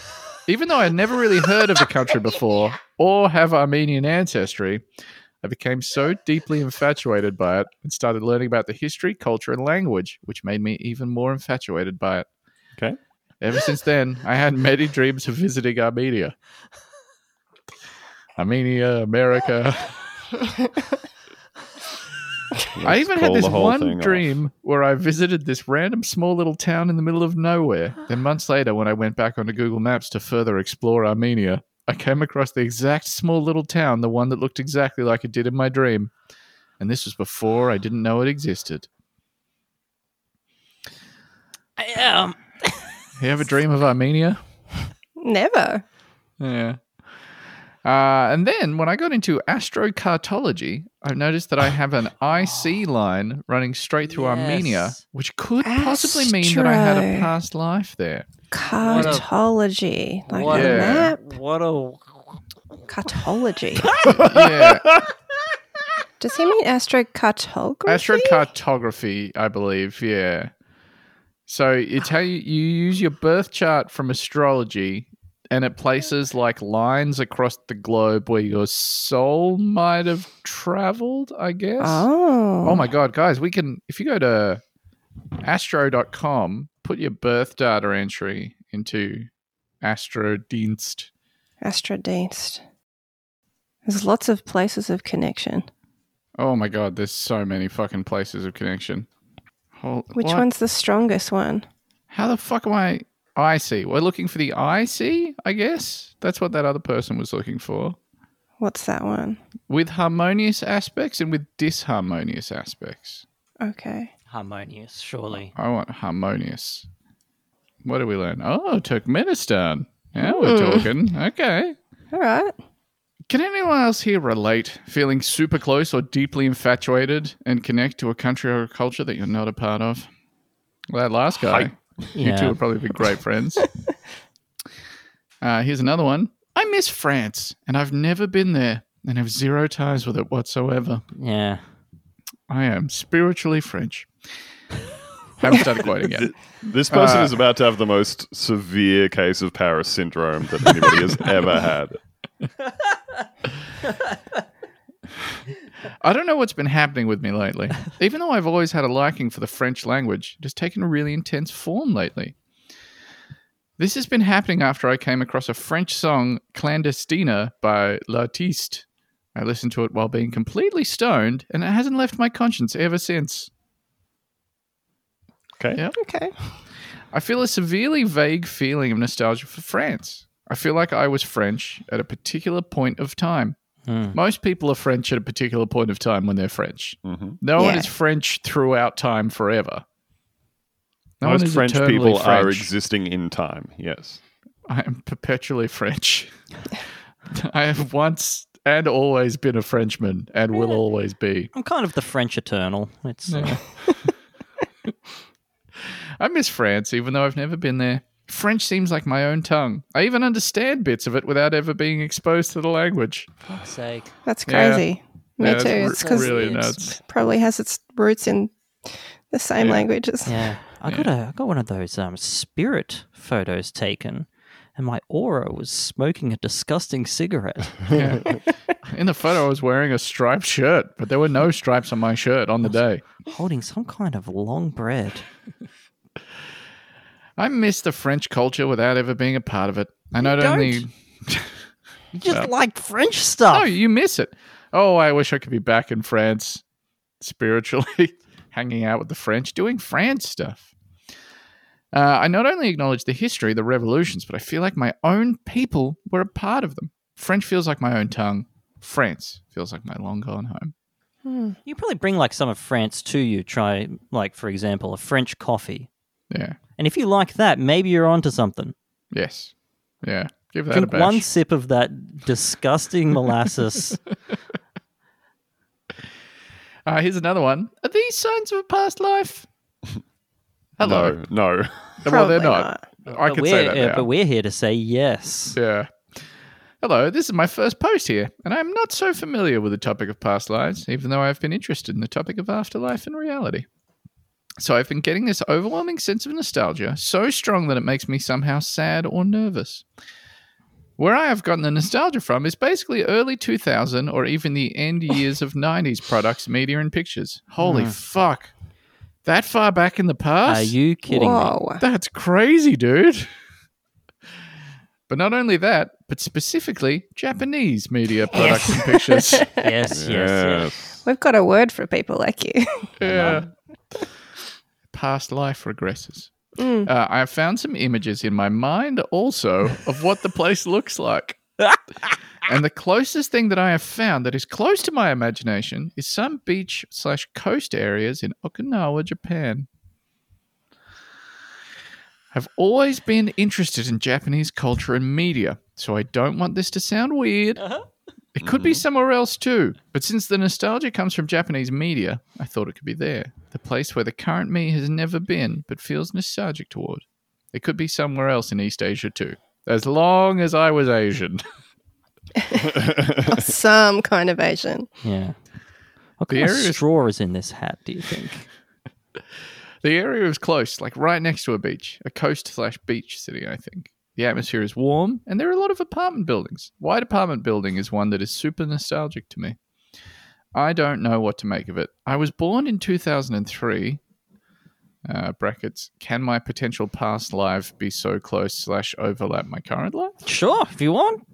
Even though I had never really heard of the country before or have Armenian ancestry, I became so deeply infatuated by it and started learning about the history, culture, and language, which made me even more infatuated by it. Okay. Ever since then, I had many dreams of visiting Armenia. Armenia, America. I even had call this the whole one thing off. dream where I visited this random small little town in the middle of nowhere. Then months later, when I went back onto Google Maps to further explore Armenia, I came across the exact small little town, the one that looked exactly like it did in my dream. And this was before I didn't know it existed. I, um, You ever dream of Armenia? Never. Yeah. Uh, and then when I got into astrocartology, I noticed that I have an IC line running straight through Armenia, Yes. which could possibly mean that I had a Astro. past life there. Cartology. Like what, a Yeah. map. a, what a. Cartology. Yeah. Does he mean astrocartography? Astrocartography, I believe. Yeah. So it's how you, you use your birth chart from astrology, and it places like lines across the globe where your soul might have traveled, I guess. oh. Oh my god, guys, we can if you go to astro.com, put your birth data entry into Astrodienst. Astrodienst. There's lots of places of connection. Oh my god, there's so many fucking places of connection. Hol- Which what? one's the strongest one? How the fuck am I IC? We're looking for the IC, I guess. That's what that other person was looking for. What's that one? With harmonious aspects and with disharmonious aspects. Okay. Harmonious, surely. I want harmonious. What do we learn? Oh, Turkmenistan. Now we're talking. Okay. All right. Can anyone else here relate feeling super close or deeply infatuated and connect to a country or a culture that you're not a part of? Well, that last guy, you two Yeah. would probably be great friends. uh, here's another one. I miss France and I've never been there and have zero ties with it whatsoever. Yeah. I am spiritually French. Haven't started quoting yet. This person Uh, is about to have the most severe case of Paris syndrome that anybody has ever had. I don't know what's been happening with me lately. Even though I've always had a liking for the French language, it has taken a really intense form lately. This has been happening after I came across a French song, Clandestina, by L'Artiste. I listened to it while being completely stoned, and it hasn't left my conscience ever since. Okay. Yeah. Okay. I feel a severely vague feeling of nostalgia for France. I feel like I was French at a particular point of time. Hmm. Most people are French at a particular point of time when they're French. hmm No one Yeah. is French throughout time forever. No one Most is French eternally people are French. existing in time. Yes. I am perpetually French. I have once and always been a Frenchman and will always be. I'm kind of the French eternal. It's uh, I miss France, even though I've never been there. French seems like my own tongue. I even understand bits of it without ever being exposed to the language. fuck's sake. That's Yeah. crazy. Me Yeah, too. re- It's because really it's- nuts. probably has its roots in the same Yeah. languages. Yeah. I got a I got one of those um spirit photos taken and my aura was smoking a disgusting cigarette. In the photo, I was wearing a striped shirt, but there were no stripes on my shirt on the day. holding some kind of long bread. I miss the French culture without ever being a part of it. I not don't? only You just like French stuff. Oh, you miss it. Oh, I wish I could be back in France spiritually, hanging out with the French, doing France stuff. Uh, I not only acknowledge the history, the revolutions, but I feel like my own people were a part of them. French feels like my own tongue. France feels like my long gone home. You probably bring like some of France to you. Try like for example a French coffee, Yeah. and if you like that, maybe you're onto something. Yes. Yeah. Give that a Drink bash. one sip of that disgusting molasses. Uh, here's another one. Are these signs of a past life? Hello. No, no. well, Probably they're not. I But can we're, say that uh, now. But we're here to say yes. Yeah. Hello, this is my first post here, and I am not so familiar with the topic of past lives, even though I have been interested in the topic of afterlife and reality. So I've been getting this overwhelming sense of nostalgia, so strong that it makes me somehow sad or nervous. Where I have gotten the nostalgia from is basically early 2000 or even the end years of 90s products, media, and pictures. Hmm. Holy fuck. That far back in the past? Are you kidding me? Whoa. That's crazy, dude. But not only that, but specifically Japanese media products and pictures. Yes, yes, yes. Yes. We've got a word for people like you. Yeah. Past life regresses. Mm. Uh, I have found some images in my mind also of what the place looks like. and the closest thing that I have found that is close to my imagination is some beach slash coast areas in Okinawa, Japan. I've always been interested in Japanese culture and media, so I don't want this to sound weird. It could be somewhere else too, but since the nostalgia comes from Japanese media, I thought it could be there. The place where the current me has never been, but feels nostalgic toward. It could be somewhere else in East Asia too. As long as I was Asian. Some kind of Asian. Yeah. What The kind of area is- straw is in this hat, do you think? The area is close, like right next to a beach, a coast slash beach city, I think. The atmosphere is warm, and there are a lot of apartment buildings. White apartment building is one that is super nostalgic to me. I don't know what to make of it. I was born in 2003. Uh, brackets. Can my potential past life be so close slash overlap my current life? Sure, if you want.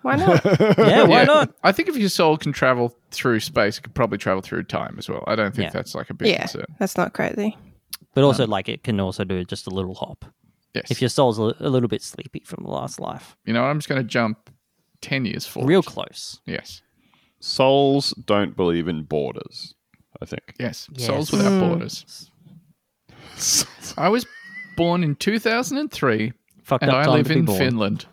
Why not? Yeah, why Yeah, not? I think if your soul can travel through space, it could probably travel through time as well. I don't think Yeah. that's like a big yeah, concern. that's not crazy. But also, like, it can also do just a little hop. Yes. If your soul's a, a little bit sleepy from the last life, you know, I'm just going to jump 10 years forward. real close. Yes. Souls don't believe in borders. I think. Yes. Yes. Souls Without Borders. I was born in 2003 Fucked and up I time live to be in born. Finland.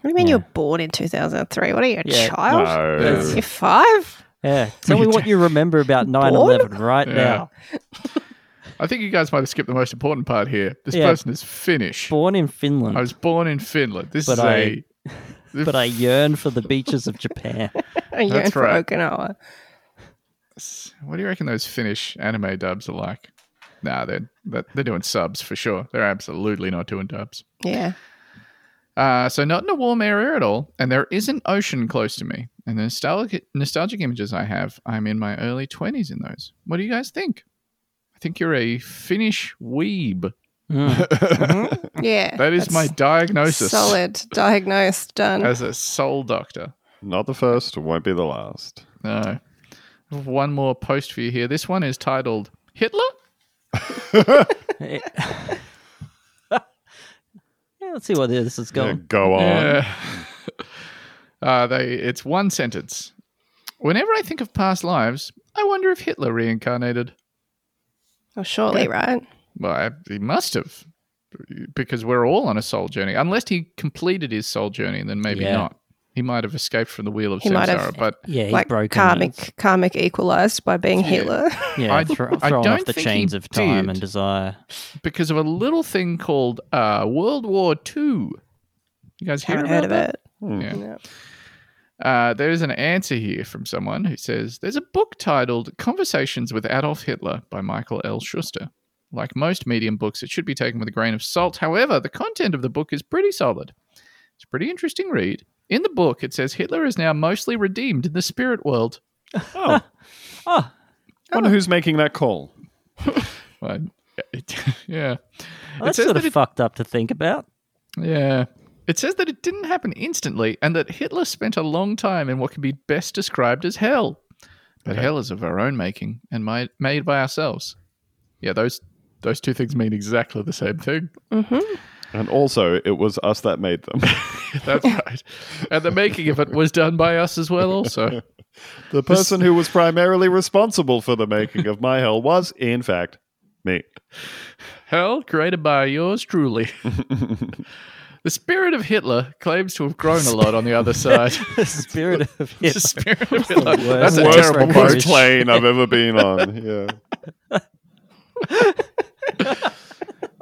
What do you mean you were born in 2003? What are you, a Yeah. Oh. child? No. You're five? Yeah, tell me what you remember about 9 11 right now. I think you guys might have skipped the most important part here. This Yeah. person is Finnish. Born in Finland, I was born in Finland. This But is I- a but I yearn for the beaches of Japan. And Oh, you're That's in for right. Okinawa. What do you reckon those Finnish anime dubs are like? Nah, they're they're they're doing subs for sure. They're absolutely not doing dubs. Yeah. Uh, so not in a warm area at all, and there is an ocean close to me. And the nostalgic, nostalgic images I have, I'm in my early twenties in those. What do you guys think? I think you're a Finnish weeb. Mm. Mm-hmm. Yeah. That is that's my diagnosis solid diagnosed done. as a soul doctor. Not the first, won't be the last. No, one more post for you here. This one is titled Hitler. yeah, let's see what this is Yeah, going. go on. Yeah. uh, they, it's one sentence. Whenever I think of past lives, I wonder if Hitler reincarnated. well, surely, right? Well, I, he must have, because we're all on a soul journey. Unless he completed his soul journey, then maybe Yeah. not. He might have escaped from the wheel of He might have- samsara. But Yeah, he's like broken. karmic, it's- karmic equalized by being Hitler. Yeah, I- thro- I thrown off don't the think he chains of time did. and desire. because of a little thing called uh, World War II, you guys hear Haven't about heard of that? it. Hmm. Yeah. No. Uh, there is an answer here from someone who says there's a book titled Conversations with Adolf Hitler by Michael L. Schuster. Like most medium books, it should be taken with a grain of salt. However, the content of the book is pretty solid. It's a pretty interesting read. In the book, it says Hitler is now mostly redeemed in the spirit world. Oh. Oh. Wonder who's making that call. Well, it- yeah. Well, that's says sort that of it- fucked up to think about. Yeah. It says that it didn't happen instantly and that Hitler spent a long time in what can be best described as hell. But hell is of our own making and mi- made by ourselves. Yeah, those those two things mean exactly the same thing. And also, it was us that made them. That's right. And the making of it was done by us as well also. the person who was primarily responsible for the making of my hell was, in fact, me. Hell created by yours truly. The spirit of Hitler claims to have grown a lot on the other side. the spirit of The Hitler. spirit of Hitler. worst That's a worst terrible record. quote. Worst plane I've ever been on. Yeah.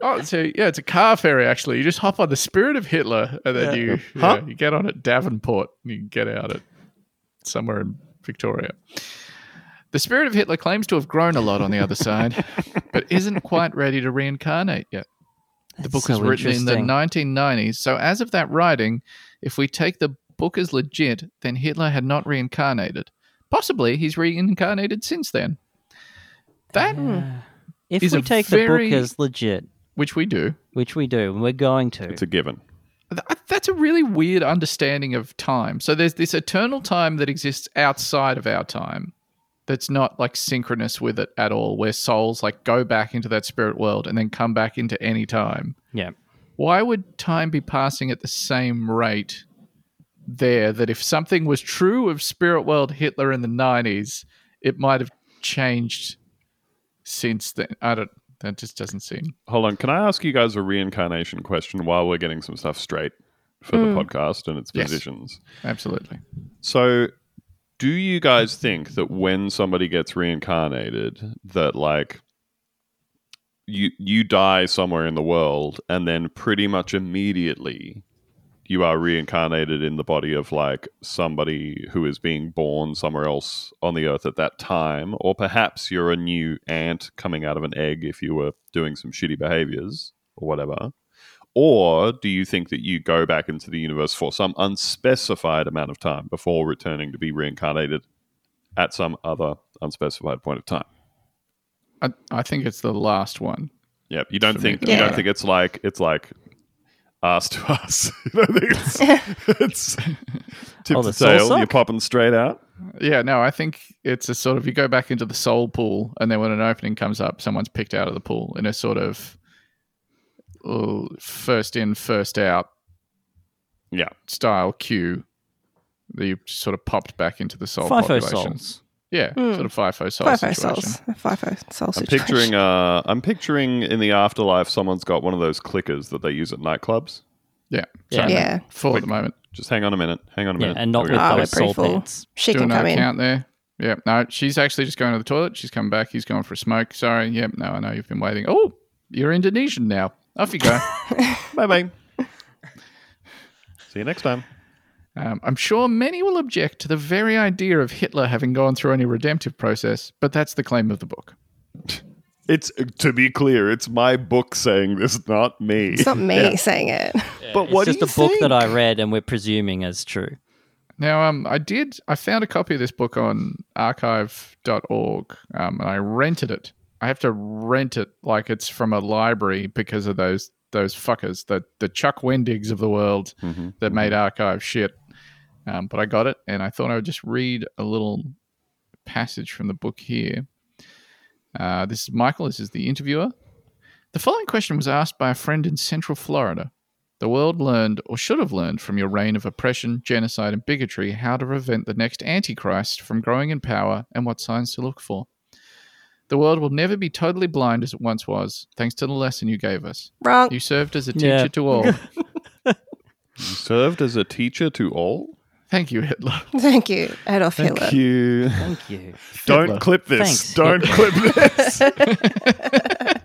Oh, so yeah, it's a car ferry actually. You just hop on the Spirit of Hitler, and then you Huh? yeah, you get on at Davenport, and you get out at somewhere in Victoria. The Spirit of Hitler claims to have grown a lot on the other side, but isn't quite ready to reincarnate yet. The book was written in the 1990s, so as of that writing, if we take the book as legit, then Hitler had not reincarnated. Possibly he's reincarnated since then. That, If is we a take very- the book as legit, which we do, which we do, and we're going to, It's a given. Th- That's a really weird understanding of time. So there's this eternal time that exists outside of our time that's not like synchronous with it at all, where souls like go back into that spirit world and then come back into any time. yeah, Why would time be passing at the same rate there that if something was true of spirit world Hitler in the 90s, it might have changed since then? I don't, that just doesn't seem. Hold on. Can I ask you guys a reincarnation question while we're getting some stuff straight for Hmm. the podcast and its Yes. positions? Absolutely. So, do you guys think that when somebody gets reincarnated, that like you you die somewhere in the world, and then pretty much immediately you are reincarnated in the body of like somebody who is being born somewhere else on the earth at that time, or perhaps you're a new ant coming out of an egg if you were doing some shitty behaviors or whatever. Or do you think that you go back into the universe for some unspecified amount of time before returning to be reincarnated at some other unspecified point of time? I, I think it's the last one. Yep. You don't For think me, you don't yeah. think it's like it's like ass to ass. you don't think it's, it's tip Oh, to the soul tail. suck? You're popping straight out. Yeah, no, I think it's a sort of you go back into the soul pool, and then when an opening comes up, someone's picked out of the pool in a sort of oh, first in, first out Yeah. style queue. That you sort of popped back into the soul FIFO population. souls. Yeah, Hmm. sort of FIFO soul FIFO situation. souls. A FIFO oh soul I'm situation. picturing uh I'm picturing in the afterlife someone's got one of those clickers that they use at nightclubs. Yeah, Yeah. sorry, yeah. full at the moment. Just hang on a minute. Hang on a Yeah, minute. and not Here with we go. Ah, we're those soul pretty full. pants. She can Doing come another in. count there. Yeah, no, she's actually just going to the toilet. She's come back. He's going for a smoke. Sorry. Yep. No, I know you've been waiting. Oh, you're Indonesian now. Off you go. Bye bye. See you next time. Um, I'm sure many will object to the very idea of Hitler having gone through any redemptive process, but that's the claim of the book. It's to be clear, it's my book saying this, not me. It's not me saying it. but It's just a book that I read and we're presuming as true. Now, um, I did, I found a copy of this book on archive.org um, and I rented it. I have to rent it like it's from a library because of those those fuckers, the, the Chuck Wendigs of the world that made archive shit. Um, but I got it and I thought I would just read a little passage from the book here. Uh, this is Michael, this is the interviewer. The following question was asked by a friend in Central Florida. The world learned, or should have learned, from your reign of oppression, genocide, and bigotry how to prevent the next Antichrist from growing in power and what signs to look for. The world will never be totally blind as it once was, thanks to the lesson you gave us. Wrong. You served as a teacher Yeah. to all. served as a teacher to all. Thank you, Hitler. Thank you, Adolf Hitler. you. Thank you. Don't clip this. Thanks, Don't clip this.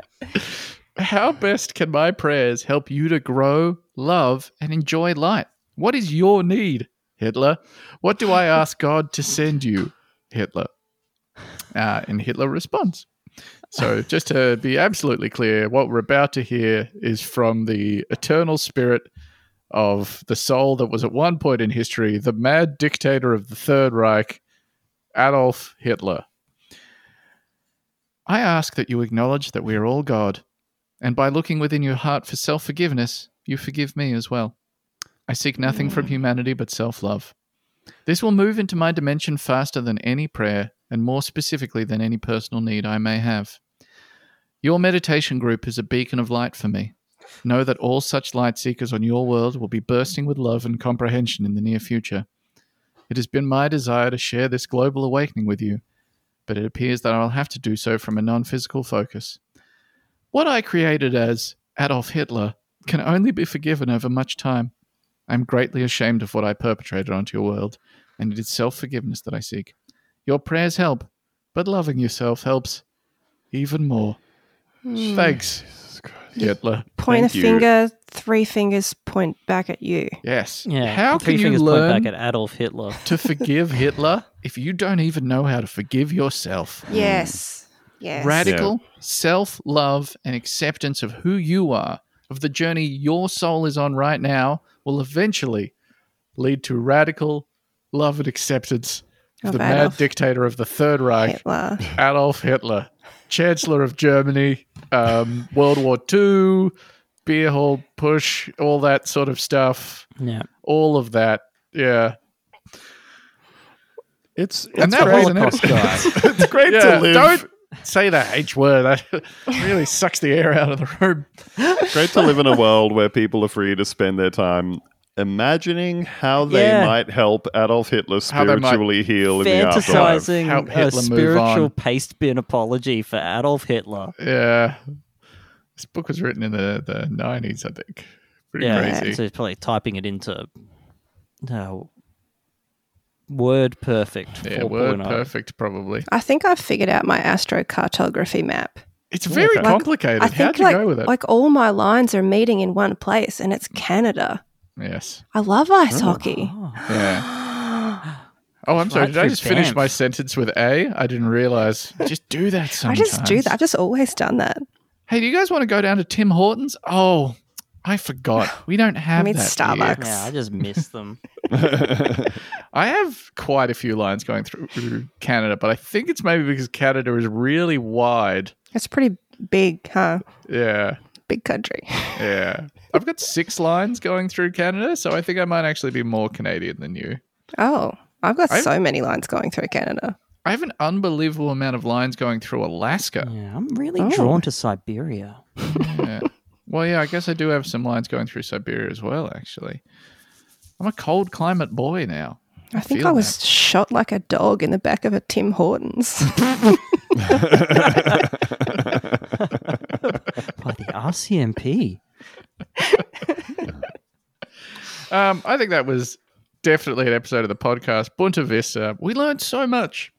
How best can my prayers help you to grow, love, and enjoy light? What is your need, Hitler? What do I ask God to send you, Hitler? Uh, and Hitler responds. So, just to be absolutely clear, what we're about to hear is from the eternal spirit of the soul that was at one point in history the mad dictator of the Third Reich, Adolf Hitler. I ask that you acknowledge that we are all God and by looking within your heart for self forgiveness, you forgive me as well. I seek nothing from humanity but self love. This will move into my dimension faster than any prayer, and more specifically than any personal need I may have. Your meditation group is a beacon of light for me. Know that all such light seekers on your world will be bursting with love and comprehension in the near future. It has been my desire to share this global awakening with you, but it appears that I will have to do so from a non physical focus. What I created as Adolf Hitler can only be forgiven over much time. I am greatly ashamed of what I perpetrated onto your world, and it is self forgiveness that I seek. Your prayers help, but loving yourself helps even more. Thanks, Hitler. Point Thank a you. finger, three fingers point back at you. Yes. Yeah. How three can you fingers learn point back at Adolf Hitler. to forgive Hitler if you don't even know how to forgive yourself? Yes. Yes. Radical self love and acceptance of who you are, of the journey your soul is on right now, will eventually lead to radical love and acceptance of Of the mad Adolf dictator of the Third Reich, Hitler. Adolf Hitler, Chancellor of Germany, um, World War II, beer hall push, all that sort of stuff, yeah. all of that. Yeah. It's, And it's that great, wasn't it. it's great to Yeah, live. Don't say the H word. That really sucks the air out of the room. Great to live in a world where people are free to spend their time imagining how they Yeah. might help Adolf Hitler How they might spiritually heal in the afterlife. Fantasizing Help Hitler a move spiritual on. paste bin apology for Adolf Hitler. Yeah. This book was written in the, the 90s, I think. Pretty Yeah, crazy. so he's probably typing it into no word perfect. oh. Yeah, oh. 4.0. word perfect, probably. I think I've figured out my astrocartography map. It's very Like, complicated. oh. I How'd think you like, go with it? like all my lines are meeting in one place and it's Canada. yes. I love ice hockey. Yeah. Oh, I'm sorry. Right Did I through just finish Banff. my sentence with A? I didn't realize. Just do that I sometimes. just do that. I've just always done that. Hey, do you guys want to go down to Tim Hortons? Oh, I forgot. We don't have mean, that here. Starbucks. Yeah, I just miss them. I have quite a few lines going through, through Canada, but I think it's maybe because Canada is really wide. It's pretty big, huh? Yeah, Big country. yeah. I've got six lines going through Canada, so I think I might actually be more Canadian than you. Oh, I've got I've- so many lines going through Canada. I have an unbelievable amount of lines going through Alaska. Yeah, I'm really Oh. drawn to Siberia. Yeah. well, yeah, I guess I do have some lines going through Siberia as well, actually. I'm a cold climate boy now. I think feel I was shot like a dog in the back of a Tim Hortons. By the RCMP. Um, I think that was definitely an episode of the podcast. Bunta Vista. We learned so much.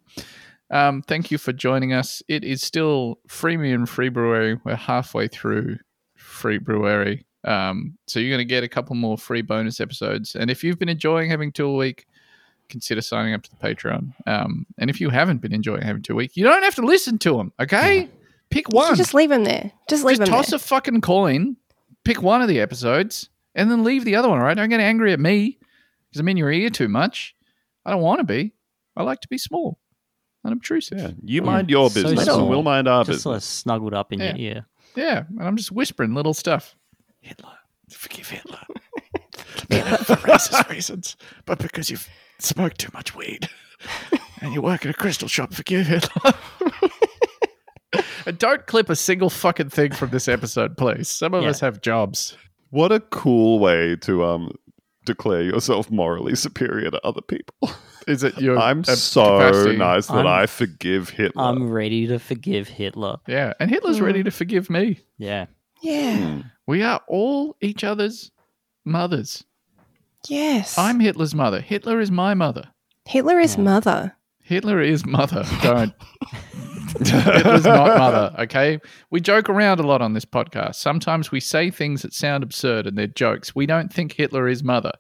Um, thank you for joining us. It is still freemium free brewery. We're halfway through free brewery. Um, so you're going to get a couple more free bonus episodes. And if you've been enjoying having two a week, consider signing up to the Patreon. Um, and if you haven't been enjoying having two a week, you don't have to listen to them. Okay, pick one. Just leave them there. Just leave Just them toss there. a fucking coin, pick one of the episodes, and then leave the other one, all right? Don't get angry at me because I'm in your ear too much. I don't want to be. I like to be small and obtrusive. Yeah, Yeah. you mind your So business small. and we'll mind our Just business. sort of snuggled up in your ear. And I'm just whispering little stuff. Hitler. Forgive Hitler. For racist reasons, but because you've smoked too much weed and you work at a crystal shop, forgive Hitler. and don't clip a single fucking thing from this episode, please. Some of Yeah. us have jobs. What a cool way to um declare yourself morally superior to other people. Is it your? I'm uh, so capacity? nice that I'm- i forgive Hitler. I'm ready to forgive Hitler. Yeah, and Hitler's Hmm. ready to forgive me. Yeah. Yeah. We are all each other's mothers. Yes. I'm Hitler's mother. Hitler is my mother. Hitler is mother. Hitler is mother. Don't. Hitler's not mother. Okay. We joke around a lot on this podcast. Sometimes we say things that sound absurd and they're jokes. We don't think Hitler is mother.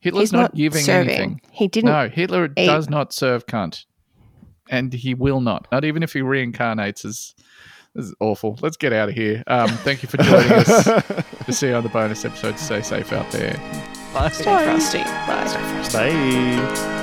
Hitler's He's not, not, giving serving. anything. He didn't. No, Hitler Eight. does not serve cunt, and he will not. Not even if he reincarnates. Is this is awful. Let's get out of here. Um, thank you for joining us. Hmm. to see you on the bonus episode. Stay safe out there. Stay frosty. Bye. Bye.